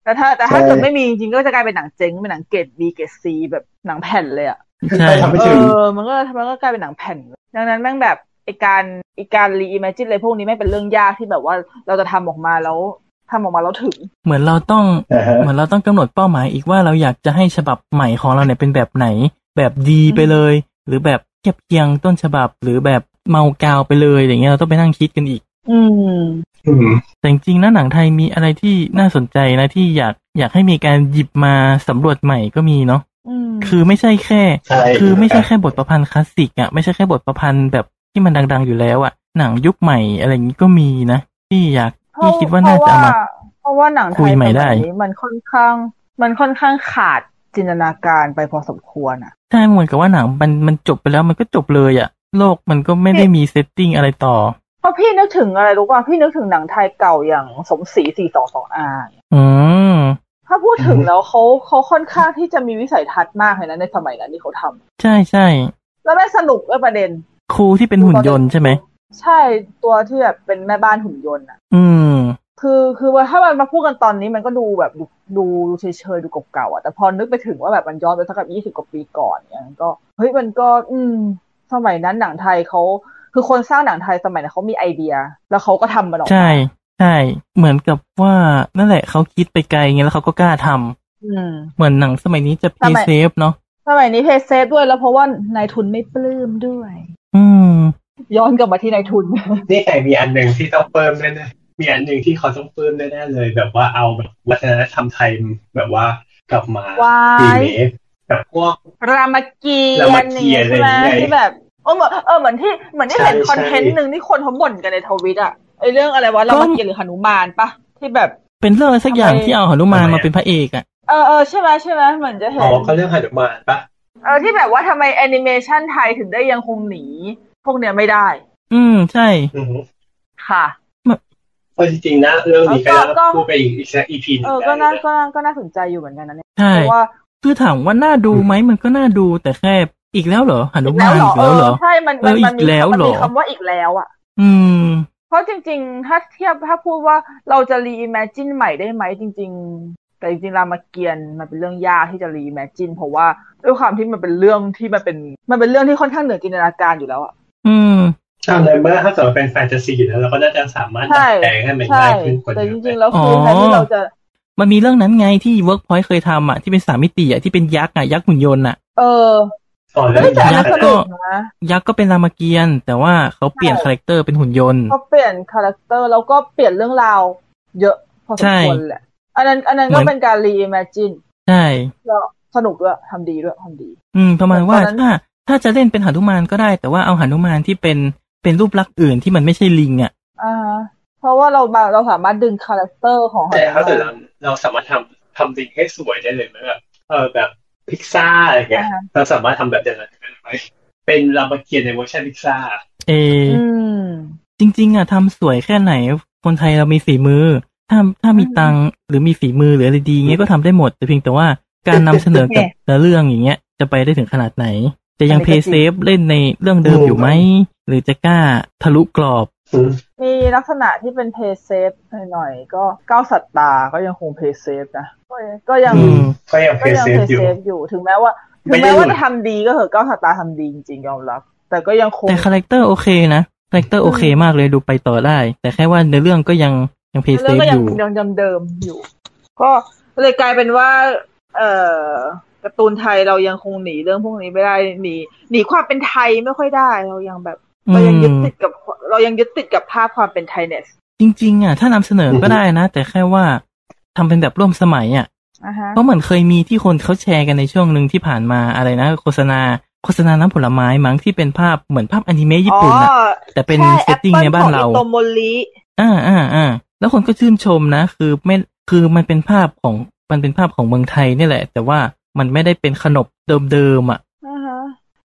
แต่ถ้า แต่ถ้าเกิดไม่มีจริงๆก็จะกลายเป็นหนังเจ๊งเป็นหนังเกรด B เกรด C แบบหนังแผ่นเลยอะ ใช่ ไปทำไป เอ ถึง อ มันก็มันก็กลายเป็นหนังแผ่น ดังนั้นแม่งแบบไอการไอการรีอิมเมจินอะไรพวกนี้แม่งเป็นเรื่องยากที่แบบว่าเราจะทำออกมาแล้วท ทำออกมาแล้วถึง เหมือนเราต้อง อ่าฮะ เหมือนเราต้องกำหนดเป้าหมายอีกว่าเราอยากจะให้ฉบับใหม่ของเราเนี่ยเป็นแบบไหน แบบดีไปเลย หรือแบบเทียบเคียงต้นฉบับหรือแบบเมากาวไปเลยอย่างเงี้ยเราต้องไปนั่งคิดกันอีก อืม อืม แต่จริงๆนะหนังไทยมีอะไรที่น่าสนใจนะที่อยากอยากให้มีการหยิบมาสำรวจใหม่ก็มีเนาะ อืม คือไม่ใช่แค่ ใช่ คือไม่ใช่แค่บทประพันธ์คลาสสิกอะไม่ใช่แค่บทประพันธ์แบบที่มันดัง ๆ อยู่แล้วอะหนังยุคใหม่อะไรอย่างนี้ก็มีนะ ที่อยากที่คิดว่าน่าจะเอามา เพราะว่าหนังไท คุย ย ใหม่ได้ สยนี้มันค่อนข้าง มันค่อนข้างขาดจินตนาการไปพอสมควรอ่ะ ใช่เหมือนกับว่าหนังมันมันจบไปแล้วมันก็จบเลยอะโลกมันก็ไม่ได้มีเซตติ้งอะไรต่อ เพราะพี่นึกถึงอะไรรู้ป่ะพี่นึกถึงหนังไทยเก่าอย่างสมศรีสี่สองสองอา อืม ถ้าพูดถึงแล้วเขาเขาค่อนข้างที่จะมีวิสัยทัศน์มากเลยนะในสมัยนั้นที่เขาทำ ใช่ใช่ แล้วแม่งสนุกด้วยประเด็น ครูที่เป็นหุ่นยนต์ใช่ไหม ใช่ตัวที่แบบเป็นแม่บ้านหุ่นยนต์อ่ะ อืม คือคือว่าถ้ามันมาพูดกันตอนนี้มันก็ดูแบบดูดูดูเฉยๆดูเก่าๆอ่ะแต่พอนึกไปถึงว่าแบบมันย้อนไปสักกับยี่สิบ20 กว่าปีก่อนเนี่ยมันก็เฮ้ยมันก็อืม สมัยนั้นหนังไทยเขาคือคนสร้างหนังไทยสมัยนั้นเขามีไอเดีย แล้วเขาก็ทำมันออกมา ใช่ใช่เหมือนกับว่านั่นแหละเขาคิดไปไกลไงแล้วเขาก็กล้าทำ อืม เหมือนหนังสมัยนี้จะ ส pay มัย safe เนาะ สมัยนี้เพย์เซฟด้วยแล้วเพราะว่านายทุนไม่ปลื้มด้วย อืม ย้อนกลับมาที่นายทุน นี่แต่มีอันหนึ่งที่ต้องเพิ่มแน่ๆมีอันหนึ่งที่เขาต้องเพิ่มแน่ๆเลย แบบว่าเอาแบบวัฒนธรรมไทยแบบว่ากลับมา ว้าย ดีเมคแบบพวก รามเกีย ราม รติ เกียรติ ใช่ไหม อะไรอย่างเงี้ย ที่แบบเออเหมือนเออเหมือนที่เหมือนที่ ใช่ เห็นคอนเทน ใช่ ต์หนึ่งที่คนเขาบ่นกันในทวิตอะไอเรื่องอะไรวะ ก็ รามเกียรติหรือหนุมานปะที่แบบ เป็นเรื่องอะไรสักอย่าง ทำไม ที่เอาหนุมาน ทำไมอะ มาเป็นพระเอกอะ เออเออใช่ไหมใช่ไหมเหมือนจะเห็ อ๋อน เขาเรื่องหนุมานปะ เออที่แบบว่าทำไมแอนิเมชันไทยถึงได้ยังคงหนี พวกเนี้ยไม่ได้ อืมใช่ อือฮึ ค่ะ เพราะจริงๆนะเรื่องนี้ก็ เออก็ พูดไปอีกอีกสักอีพีหนึ่ เอง อ ได้ ก็น่า นะ ก็น่าก็น่าสนใจอยู่เหมือนกันนะเนี่ย ใช่ เพราะว่า คือถามว่าน่าดูไหมมันก็น่าดูแต่แค่อีกแล้วเหรอหนุ อีก มานอีกแล้วเหรอ เใช่ มันมัน เออ มัน อีก มี แล้ว คำมัน เหรอ มีคำว่าอีกแล้วอ่ะ อืม เพราะจริง ๆ ถ้าเทียบถ้าพูดว่าเราจะรีอิมเมจินใหม่ได้ไหมจริง ๆ แต่จริงๆรามเกียรติ์มันเป็นเรื่องยากที่จะรีอิมเมจินเพราะว่าด้วยความที่มันเป็นเรื่องที่มันเป็นมันเป็นเรื่องที่ค่อนข้างเหนือจินตนาการอยู่แล้วอ่ะ อืม ถ้าในเมื่อถ้าสมมติเป็นแฟนตาซีแล้วเราก็น่าจะสามารถดัดแปลงให้มัน ใช่ ง่ายขึ้นกว่า แต่จเดิม ริงๆแล้วคือแทนที่เราจะ มันมีเรื่องนั้นไงที่ Workpoint เคยทำอะที่เป็นสามมิติอะที่เป็นยักษ์อะยักษ์หุ่นยนต์อะ เออ อ๋อแล้ ไม่ ว ได้แต่อัน ยั นั้ ก น ษ์ ส ก็ นุกนะ ยักษ์ก็เป็นรามเกียรติ์แต่ว่าเขาเปลี่ยนคาแรคเตอร์เป็นหุ่นยนต์ เขาเปลี่ยนคาแรคเตอร์แล้วก็เปลี่ยนเรื่องราว เยอะพอส ใช่ มควรแหละอันนั้นอันนั้นก็เป็นการรีอิมเมจิน ใช่ แล้วสนุกด้วยทำดีด้วยทำดี อืมประมาณว่า แต่ตอนนั้น ถ้าถ้าจะเล่นเป็นหนุมานก็ได้ แต่ว่าเอาหนุมานที่เป็นเป็นรูปลักษณ์อื่นที่มันไม่ใช่ลิงอ่ะ อ่าฮะเพราะว่าเรามาเราสามารถดึงคาแรคเตอร์ของ แต่ถ้าเกิด เรา เราเราสามารถทำทำลิงให้สวยได้เลยไหมแบบเออแบบพิกซ่าอะไรเงี้ยเราสามารถทำแบบเดียวกันได้ไหมเป็นรามเกียรติ์ในเวอร์ชันพิกซ่า เอ อืม จริง ๆอ่ะทำสวยแค่ไหน คนไทยเรามีฝีมือ ถ้าถ้ามีตังค์หรือมีฝีมือหรืออะไรดีเงี้ยก็ทำได้หมด แต่เพียงแต่ว่าการนำเสนอ กับแต่ละเรื่องอย่างเงี้ย จะไปได้ถึงขนาดไหน จะยัง อัน เพ นี้ก็ ย์ จริ เซ ง ฟเล่นในเรื่องเดิม อืม อยู่ไหม หรือจะกล้าทะลุกรอบ อืม มีลักษณะที่เป็นเพย์เซฟหน่อยๆ ก็ก้าวสัตตาก็ยังคงเพย์เซฟนะก็ยังก็ยัง อืม ก็ยังเพ ก็ ย์ ยัง เซ เพย์ฟอยู่ เซฟอยู่ถึงแม้ว่า ถึ ไม่ ง ได้ แม้ หลุด ว่าจะทำดีก็เหอะก้าวสัตตาทำดีจริงๆยอมรับ แต่ก็ยังคง แต่คาแรคเตอร์โอเคนะคาแรคเตอร์โอเคมากเลยดูไปต่อได้ แต่แค่ว่าในเรื่องก็ยังยังเพย์เซ เรื่อง ฟ ก็ อ ยัง ยู่ ยังเดิมๆอยู่ ก็เลยกลายเป็นว่า เอ่อการ์ตูนไทยเรายังคงหนีเรื่องพวกนี้ไม่ได้หนีหนีความเป็นไทยไม่ค่อยได้เรายังแบบ เรายังยึดติดกับเรายังยึดติดกับภาพความเป็นไทยเนส จริง ๆ อ่ะ ถ้านำเสนอ อือฮึ ก็ได้นะ แต่แค่ว่าทำเป็นแบบร่วมสมัยอ่ะ อ่ะฮะ เพราะเหมือนเคยมีที่คนเขาแชร์กันในช่วงหนึ่งที่ผ่านมาอะไรนะ โฆษณา โฆษณาน้ำผลไม้มั้งที่เป็นภาพเหมือนภาพอนิเมะญี่ปุ่นอ่ะ อ๋อ แต่เป็น ช่ เซตติ้ง Apple ในบ้านเรา ของอิโตโมริ อ่าอ่าอ่าแล้วคนก็ชื่นชมนะ คือไม่คือมันเป็นภาพของมันเป็นภาพของเมืองไทยนี่แหละ แต่ว่ามันไม่ได้เป็นขนบเดิมๆอ่ะ อ่าฮะ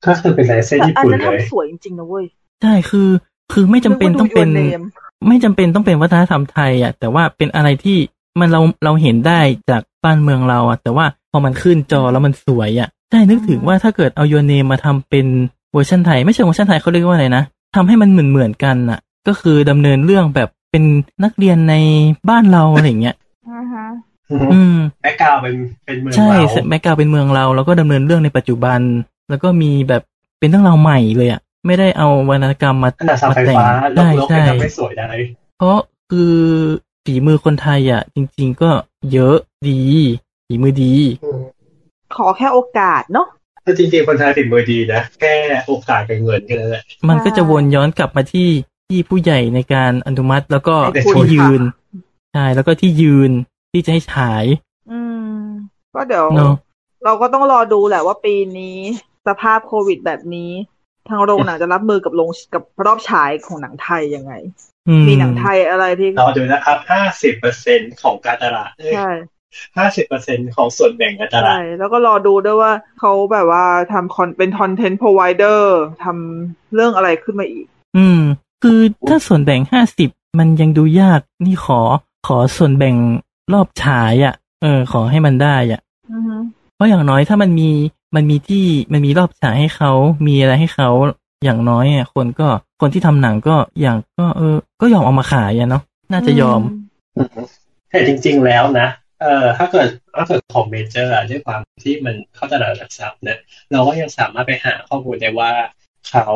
ก็คือเป็นลายเส้น แต่ ญี่ อัน ปุ่น นั้น เลย ทำสวยจริงๆนะเว้ย ใช่คือ คือไม่จำเป็นต้องเป็น กว่าดู Your Name ไม่จำเป็นต้องเป็นวัฒนธรรมไทยอ่ะ แต่ว่าเป็นอะไรที่มันเราเราเห็นได้จากบ้านเมืองเราอ่ะ แต่ว่าพอมันขึ้นจอแล้วมันสวยอ่ะได้นึกถึงว่าถ้าเกิดเอาโยเนมมาทำเป็นเวอร์ชันไทย ไม่ใช่เวอร์ชันไทยเขาเรียกว่าอะไรนะทำให้มันเหมือนเหมือนๆกันอ่ะ ก็คือดำเนินเรื่องแบบเป็นนักเรียนในบ้านเราอะไรอย่างเงี้ย อ่าฮะ อืม แบ็กกราวด์เป็นเป็นเมือง ใช่ เรา เซตแมกกาเป็นเมืองเราแล้วก็ดำเนินเรื่องในปัจจุบัน แล้วก็มีแบบเป็นเรื่องราวใหม่เลยอ่ะไม่ได้เอาวรรณกรรมมา ขนาดเสา มา ไฟ แต่ง ฟ้าโล ได้ กโลก ใช่ ยังทำให้สวยได้ เพราะคือ ฝีมือคนไทยอ่ะ จริง ๆ ก็เยอะดีฝีมือดี อืม ขอแค่โอกาสเนาะ แต่จริงๆคนไทยติดมือดีนะ แค่โอกาสกับเงินแค่นั้นแหละ มันก็จะวนย้อนกลับมาที่ที่ผู้ใหญ่ในการอนุมัติแล้วก็ ในทุน ที่ยืน ค่ะ ใช่แล้วก็ที่ยืนที่จะให้ฉาย อืม ก็เดี๋ยว เนาะ เราก็ต้องรอดูแหละว่าปีนี้สภาพโควิดแบบนี้ ทางโรงหนังจะรับมือกับโรงกับรอบฉายของหนังไทยยังไง อื มีหนังไทยอะไรที่ เราดูนะครับห้าสิบเปอร์เซ็นของการตลาด ใช่ ห้าสิบเปอร์เซ็นของส่วนแบ่งการตลา ใช่ ด แล้วก็รอดูด้วยว่าเขาแบบว่าทำคอนเป็นคอนเทนต์พรอไวเดอร์ทำเรื่องอะไรขึ้นมาอีก อืม คือถ้าส่วนแบ่งห้าสิบมันยังดูยากนี่ขอขอส่วนแบ่งรอบฉายอ่ะ เออ ขอให้มันได้อ่ะ อือฮึ เพราะอย่างน้อยถ้ามันมีมันมีที่มันมีรอบฉายให้เขามีอะไรให้เขาอย่างน้อยอ่ะคนก็คนที่ทำหนังก็อย่างก็เออ ก็ยอมเอามาขายอ่ะเนาะน่าจะยอม แต่จริงๆแล้วนะ เอ่อ ถ้าเกิดถ้าเกิดของเมเจอร์อะด้วยความที่มันเข้าตลาดหลักทรัพย์เนี่ยเราก็ยังสามารถไปหาข้อมูลได้ว่า เขา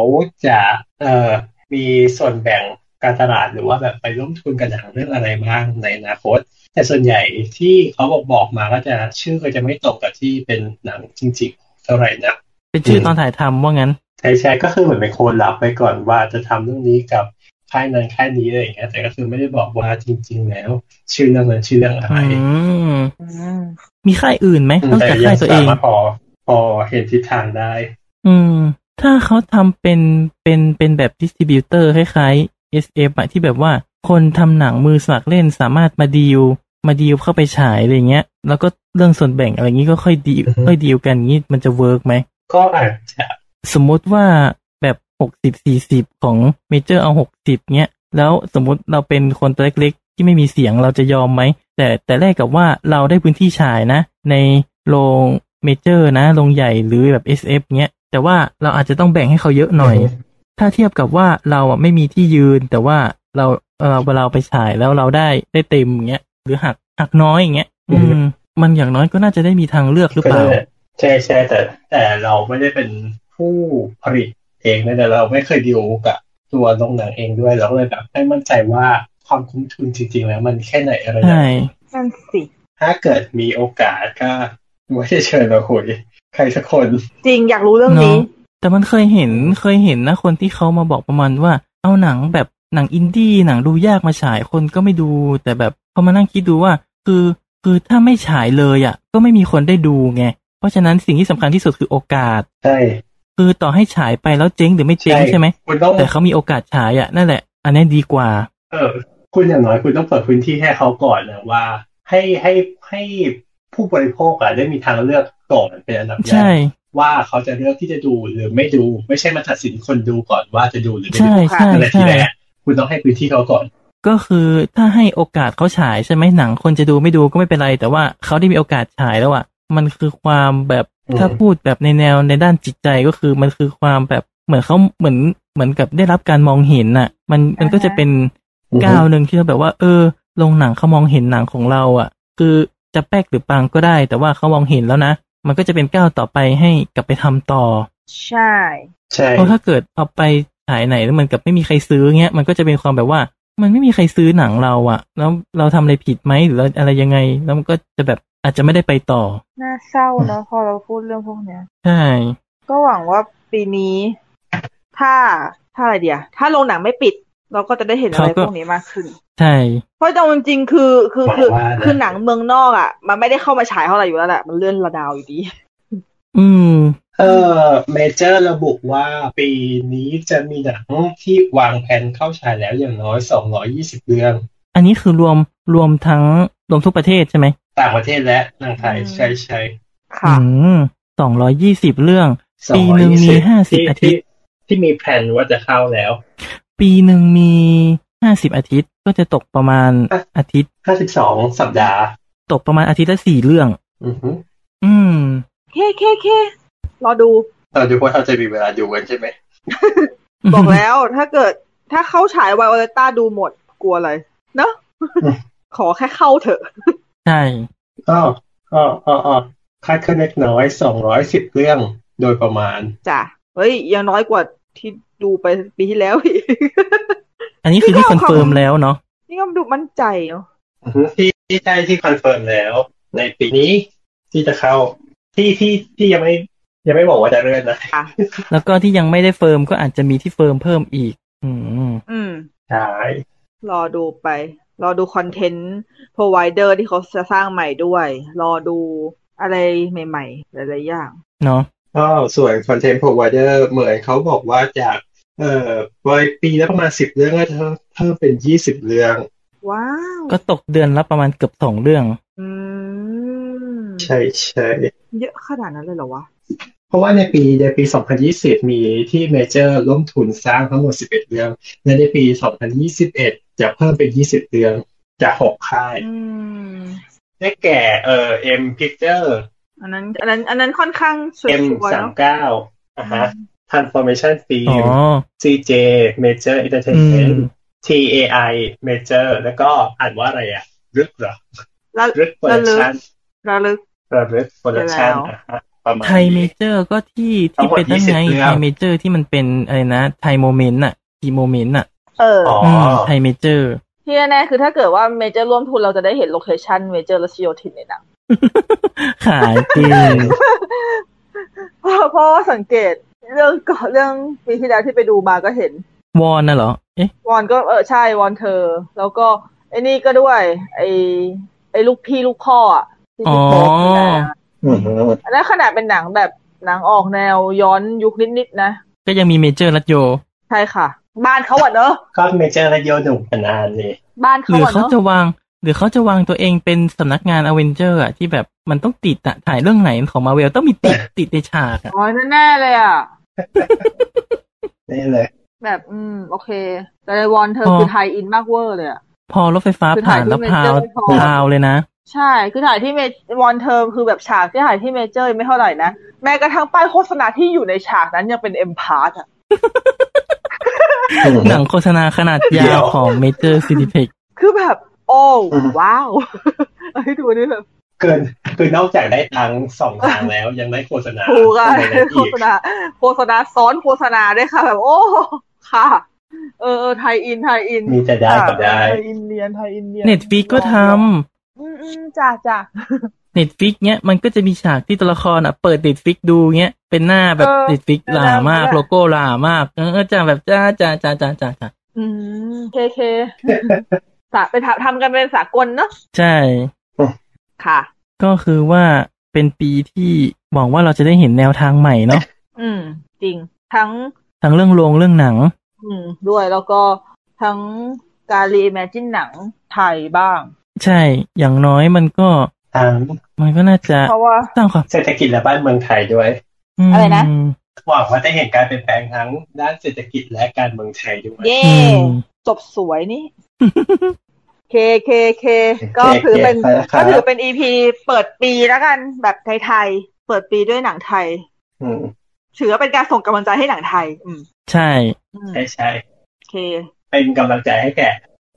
จะเอ่อมีส่วนแบ่งการตลาดหรือว่าแบบไปร่วมทุนกันหนังเรื่องอะไรบ้างในอนาคต แต่ส่วนใหญ่ที่เขาบอกบอกมาก็จะชื่อก็จะไม่ตรงกับที่เป็นหนังจริงๆ เท่าไหร่นะ เป็นชื่อตอนถ่ายทำว่างั้น ใช่ใช่ก็คือเหมือนเป็นโคนรับไปก่อนว่าจะทำเรื่องนี้กับค่ายนั้นค่ายนี้อะไรอย่างเงี้ยแต่ก็คือไม่ได้บอกว่าจริง ๆ แล้ว ชื่อเรื่องนั้นชื่อเรื่องอะไร อืม อืม มีค่ายอื่นไหมนอก แต่ จาก ยั ค่าง ยตัวเอ สาง มารถพอพอเห็นทิศทางได้ อืม ถ้าเขาทำเป็นเป็นเป็นแบบดิสติบิวเตอร์คล้ายๆ SF อะที่แบบว่าคนทำหนังมือสมัครเล่นสามารถมาดีลมาดีลเข้าไปฉายอะไรเงี้ย แล้วก็เรื่องส่วนแบ่งอะไรงี้ก็ค่อยดีล อือฮึ ค่อยดีลกันงี้มันจะเวิร์กไหม ก็อาจจะ สมมติว่าแบบหกสิบสี่สิบของเมเจอร์เอาหกสิบเนี้ย แล้วสมมติเราเป็นคนตัวเล็กๆ ที่ไม่มีเสียงเราจะยอมไหม แต่แต่แรกกับว่าเราได้พื้นที่ฉายนะ ในโรงเมเจอร์นะโรงใหญ่หรือแบบ SF เงี้ย แต่ว่าเราอาจจะต้องแบ่งให้เขาเยอะหน่อย ถ้าเทียบกับว่าเราอ่ะไม่มีที่ยืน แต่ว่าเราเออเราไปฉายแล้วเราได้ได้เต็มอย่างเงี้ยหรือหักหักน้อยอย่างเงี้ยอืมมันอย่างน้อยก็น่าจะได้มีทางเลือกหรือเปล่า ใช่ใช่แต่แต่เราไม่ได้เป็นผู้ผลิตเองนะแต่เราไม่เคยดีลกับตัวโรงหนังเองด้วยเราก็เลยแบบไม่มั่นใจว่าความคุ้มทุนจริง ๆ แล้วมันแค่ไหนอะไรยังไง ใช่ นั่นสิ ถ้าเกิดมีโอกาสก็ไม่ได้เชิญมาคุยใครสักคน จริงอยากรู้เรื่องนี้ เนาะแต่มันเคยเห็นเคยเห็นนะคนที่เขามาบอกประมาณว่า เอาหนังแบบหนังอินดี้หนังดูยากมาฉายคนก็ไม่ดู แต่แบบพอมานั่งคิดดูว่า คือคือถ้าไม่ฉายเลยอ่ะ ก็ไม่มีคนได้ดูไง เพราะฉะนั้นสิ่งที่สำคัญที่สุดคือโอกาส ใช่ คือต่อให้ฉายไปแล้วเจ๊งหรือไม่เจ๊งใช่ไหม คุณต้อง แต่เขามีโอกาสฉายอ่ะนั่นแหละ อันนี้ดีกว่า เออคุณอย่างน้อยคุณต้องเปิดพื้นที่ให้เขาก่อนนะว่า ให้ให้ให้ผู้บริโภคอะได้มีทางเลือกก่อนเป็นอันดับแร ใช่ กว่าเขาจะเลือกที่จะดูหรือไม่ดู ไม่ใช่มาตัดสินคนดูก่อนว่าจะดูหรือไม่ ใช่ ดู ใช่ นั่นแหละที ใช่ แรกคุณต้องให้พื้นที่เขาก่อน ก็คือถ้าให้โอกาสเขาฉายใช่ไหมหนังคนจะดูไม่ดูก็ไม่เป็นไร แต่ว่าเขาได้มีโอกาสฉายแล้วอ่ะมันคือความแบบ อืม ถ้าพูดแบบในแนวในด้านจิตใจก็คือมันคือความแบบเหมือนเขาเหมือนเหมือนกับได้รับการมองเห็นน่ะ มันมันก็จะเป็นก้าวหนึ่งที่เราแบบว่า เออโรงหนังเขามองเห็นหนังของเราอ่ะ คือจะแป๊กหรือปังก็ได้ แต่ว่าเขามองเห็นแล้วนะ มันก็จะเป็นก้าวต่อไปให้กลับไปทำต่อ ใช่ ใช่ เพราะถ้าเกิดเอาไปขายไหนแล้วมันกับไม่มีใครซื้อเงี้ยมันก็จะเป็นความแบบว่า มันไม่มีใครซื้อหนังเราอะแล้วเราทำอะไรผิดไหมหรือเราอะไรยังไง แล้วมันก็จะแบบอาจจะไม่ได้ไปต่อ น่าเศร้าเนาะพ อเราพูดเรื่องพวกเนี้ย ใช่ ก็หวังว่าปีนี้ ถ้าถ้าอะไรเดียวถ้าโรงหนังไม่ปิด เราก็จะได้เห็นอะไรพวกนี้มากขึ้น ใช่ เพราะตรงจริงๆคือคือ หวัง คือ ว่านะ คือหนังเมืองนอกอ่ะ มันไม่ได้เข้ามาฉายเท่าไหร่อยู่แล้วแหละมันเลื่อนระดาวอยู่ดี อืม เออเมเจอร์ระบุว่าปีนี้จะมีหนังที่วางแผนเข้าฉายแล้วอย่างน้อย 220 เรื่อง อันนี้คือรวมรวมทั้งรวมทุกประเทศใช่ไหม ต่างประเทศและหนังไทย อืม ใช่ใช่ ค่ะ สองร้อยยี่สิบเรื่อง สอ ปี งร้อย หนึ่ง ยี่ มี สิบ ห้าสิบ ที่ อาทิ ที่ ตย์ ที่มีแผนว่าจะเข้าแล้ว ปีหนึ่งมีห้าสิบอาทิตย์ก็จะตกประมาณอาทิตย์ ห้าสิบสองสัปดาห์ ตกประมาณอาทิตย์ละสี่เรื่อง อือฮึ อืม เคเคเครอดู เราดูว่าเราจะมีเวลาดูกันใช่ไหม บอก แล้วถ้าเกิดถ้าเข้าฉายวายโอเลต้าดูหมดกลัวอะไร เนอะ ขอแค่เข้าเถอะ ใช่ ก็ก็ก็ก็คาดคะเล็กน้อยสองร้อยสิบเรื่องโดยประมาณ จ้ะ เฮ้ย ยังน้อยกว่าที่ดูไปปีที่แล้วอีก อันนี้คือที่ นี่ ค ก็ อน ของ เฟิร์มแล้วเนาะ นี่ก็ดูมั่นใจเนาะ อือฮึที่ที่ใช่ที่คอนเฟิร์มแล้ว ในปีนี้ที่จะเข้าที่ที่ที่ยังไม่ยังไม่บอกว่าจะเลื่อนนะ แล้วก็ที่ยังไม่ได้เฟิร์มก็อาจจะมีที่เฟิร์มเพิ่มอีก อืม อืม ใช่ รอดูไป รอดูคอนเทนต์ provider ที่เขาจะสร้างใหม่ด้วย รอดูอะไรใหม่ๆ หลายๆอย่าง เนาะ ก็ส่วนคอนเทนต์ provider เหมือนเขาบอกว่าจาก เอ่อปลายปีแล้วประมาณสิบเรื่องก็จะเพิ่มเป็นยี่สิบเรื่อง ว้าว ก็ตกเดือนละประมาณเกือบสองเรื่อง อืม ใช่ใช่ เยอะขนาดนั้นเลยเหรอวะ เพราะว่าในปีในปี 2020 มีที่เมเจอร์ร่วมทุนสร้างทั้งหมด 11 เรื่อง และในปี 2021 จะเพิ่มเป็น 20 เรื่องจาก 6 ค่าย อืม ได้แก่เอ่อ M Picture อันนั้น อันนั้น อันนั้นค่อนข้างสวย M ๆเนาะ 39อ่ะฮะ Transformation อ๋อ Film CJ Major อืม Entertainment TAI Major แล้วก็อ่านว่าอะไรอ่ะรึกเหรอ ระ รึกโปรดักชั่น ระลึก รึกโปรดักชั่น แล้ว อ่ะฮะประมาณ ไทยเม นี้ เจอร์ก็ที่ ทั้ ที่ งหมด เป็นนั่น20ไงเรื่อง ไทยเมเจอร์ที่มันเป็นอะไรนะไทยโมเมนต์อะทีโมเมนต์อะ เอออ อ๋อ มไทยเมเจอร์ ที่แน่ๆคือถ้าเกิดว่าเมเจอร์ร่วมทุนเราจะได้เห็นโลเคชันเมเจอร์และซีโอทินในหนัง ขายจริง เพราะเพราะว่าสังเกตเรื่องก่อนเรื่องปีที่แล้วที่ไปดูมาก็เห็น วอนน่ะเหรอ เอ๊ะ วอนก็เออใช่วอนเธอ แล้วก็ไอ้นี่ก็ด้วยไอ้ไอ้ลูกพี่ลูกพ่ออ่ะที่ติดโควิด อ๋อ นะ อือฮึ อันนั้นขนาดเป็นหนังแบบหนังออกแนวย้อนยุคนิดๆนะ ก็ยังมีเมเจอร์รัตโย ใช่ค่ะ บ้านเขาอ่ะเนอะ ก็เมเจอร์และโยหนุ่มกันนานนี่ บ้าน ห เขา รือ อ่ะ เขา เนอะ จะวาง หรือเขาจะวางตัวเองเป็นสำนักงานอเวนเจอร์อะที่แบบมันต้องติดอะถ่ายเรื่องไหนของมาเวลต้องมีติด ติดในฉากอะ อ๋อแน่ๆเลยอ่ะ นี่เลย แบบอืม โอเค แต่วอนเธอคือไทยอินมากเวอร์เลยอ่ะ พอรถไฟฟ้า คือ ผ่า ถ่ายที่นแล้วพาว Major ไม่พอ พาวเลยนะ ใช่ คือถ่ายที่เมวอนเทอมคือแบบฉากที่ถ่ายที่เมเจอร์ไม่เท่าไหร่นะ แม้กระทั่งป้ายโฆษณาที่อยู่ในฉากนั้นยังเป็นเอ็มพาร์ตอ่ะ หนังโฆษณาขนาด เดี๋ ยา ยว ว ของเมเจอร์ซินิเพ็ก คือแบบ โอ้ อืม ว้ าว ให้ดูนี่ แบบ เกินคือนอกจากได้ตังค์สองทางแล้วยังได้โฆษณา ถูกอะ อะไรนั้น โฆ อีก ษณาโฆษณาซ้อนโฆษณาด้วยค่ะ แบบโอ้ ค่ะ เออเออไทยอิน ไทยอิน มีแต่ได้กับได้ ไทยอินเนียนไทยอินเนียน เน็ตฟิกก็ทำ อืมอืมจ้าจ้า เน็ตฟิกเนี้ยมันก็จะมีฉากที่ตัวละครอะเปิดเน็ตฟิกดูเงี้ยเป็นหน้าแบบเน็ตฟิกหลามาก โลโก้หลามากเออจ้าแบบจ้าจ้าจ้าจ้าจ้าจ้า อืมเค เคสะไปทำทำกันเป็นสากลเนอะ ใช่ ค่ะ ก็คือว่าเป็นปีที่หวังว่าเราจะได้เห็นแนวทางใหม่เนาะ อืม จริงทั้ง ทั้งเรื่องโรงเรื่องหนัง อืมด้วยแล้วก็ทั้งการรีแมจินหนังไทยบ้าง ใช่ อย่างน้อยมันก็ ทั้ง มันก็น่าจะ เพราะว่า สร้างความ เศรษฐกิจและบ้านเมืองไทยด้วย ม อะไรนะ หวังว่าจะเห็นการเปลี่ยนแปลงทั้งด้านเศรษฐกิจและการเมืองไทยด้วย เย่ อืม จบสวย นี่ เคเคเคก็ถือเป็น ไปแล้วครับ ก็ถือเป็นอีพีเปิดปีแล้วกันแบบไทยๆ เปิดปีด้วยหนังไทย อืม ถือว่าเป็นการส่งกำลังใจให้หนังไทย อืม ใช่ อืม ใช่ใช่ โอเค เป็นกำลังใจให้แก่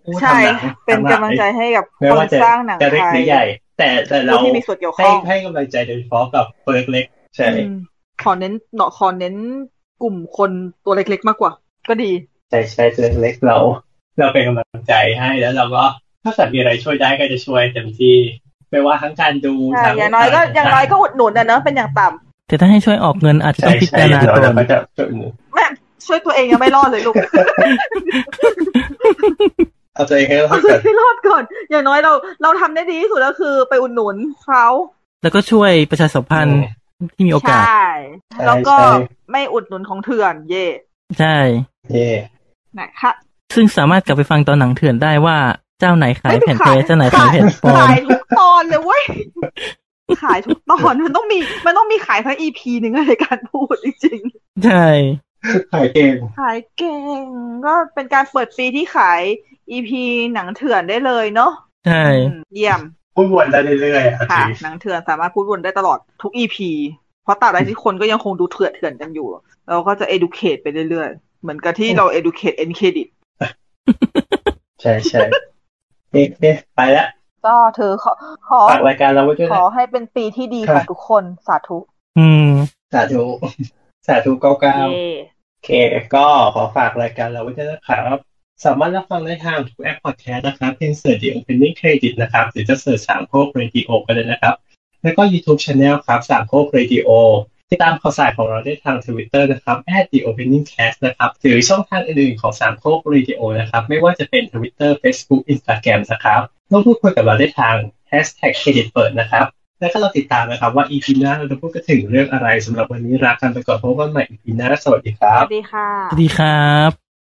ผู้ ใช่ ทำหนัง เป็น ทั้ กำลังใจ หลาย ให้กับ ไม่ คน ว่าจะ สร้างหนัง จะเล็ก ไทยหรือใหญ่ แต่แต่เรา ผู้ที่มีส่วนเกี่ยว ให้ ข้อง ให้กำลังใจโดยเฉพาะกับเฟิร์กเล็ก ใช่ อืมขอเน้นเนาะขอเน้นกลุ่มคนตัวเล็กๆมากกว่า ก็ดี ใช่ใช่เฟิร์กเล็กเรา เราเป็นกำลังใจให้แล้วเราก็ถ้าสัตว์มีอะไรช่วยได้ก็จะช่วยเต็มที่ไม่ว่าทั้งการดู ใช่ ทั้ง อย่างน้อยก็ ร อย่างน้อยก็อุดหนุนนะเนอะเป็นอย่างต่ แต่ถ้าให้ช่วยออกเงินอาจจะ ใช่ ต้องพิ ใช่อจารณา ย่างน้อย ก่อ เรา น ก็จะช่วยหนุน ำแม่ช่วยตัวเอง ยังไม่รอดเลยลูก เอาตัวเองให้รอดก่อน ไม่รอดก่อน อย่างน้อยเราเราทำได้ดีที่สุดก็คือไปอุดหนุนเขา แล้วก็ช่วยประชาสัมพันธ์ที่มีโอกาส ใช่ ใช่ แล้วก็ ใช่ ไม่อุดหนุนของเถื่อนเย่ ใช่ เย่ นะคะ ซึ่งสามารถกลับไปฟังตอนหนังเถื่อนได้ว่าเจ้าไหนขายแผ่นเทปเจ้าไหนขายแผ่นปลอม ขายทุกตอนเลยเว้ยขายทุกตอนมันต้องมีมันต้องมีขายทั้งอีพีหนึ่งในการพูดจริง ใช่ ขายเก่ง ๆขายเก่งก็เป็นการเปิดปีที่ขายอีพีหนังเถื่อนได้เลยเนาะ ใช่ อืมเยี่ยม พูดวนได้เรื่อยๆอ่ะ ค่ะ จริง หนังเถื่อนสามารถพูดวนได้ตลอดทุกอีพีเพราะตราบใดที่คนก็ยังคงดูเถื่อนเถื่อนๆกันอยู่ เราก็จะ educate ไปเรื่อยๆ เหมือนกับที่เรา educate end credit ใช่ใช่เอ๊ะเอ๊ะไปละ ก็เธอขอขอ ฝากรายการเราไว้ด้วย ข นะ อให้เป็นปีที่ดี ค ขอรับ งทุกคนสาธุ อืม สาธุ สาธุเก้าเก้า เย้ โอเค ก็ขอฝากรายการเราไว้ด้วยนะครับ สามารถรับฟังได้ทางทุกแอปพอดแคสต์นะครับเพียงเสิร์ช The Opening Credit นะครับหรือจะเสิร์ชสามโคกเรดิโอก็ได้นะครับ แล้วก็ YouTube Channel ครับสามโคกเรดิโอติดตามข่าวสารของเราได้ทาง Twitter นะครับ @theopeningcast นะครับหรือช่องทางอื่นๆของสามโคกเรดิโอนะครับ ไม่ว่าจะเป็น Twitter Facebook Instagram นะครับร่วมพูดคุยกับเราได้ทาง hashtag เครดิตเปิดนะครับ แล้วก็เราติดตามนะครับว่า EP หน้าเราจะพูดกันถึงเรื่องอะไรสำหรับวันนี้รักกันไปก่อนพบกันใหม่ EP หน้าสวัสดีครั ส บ วัสดีค่ะ สวัสดีครับ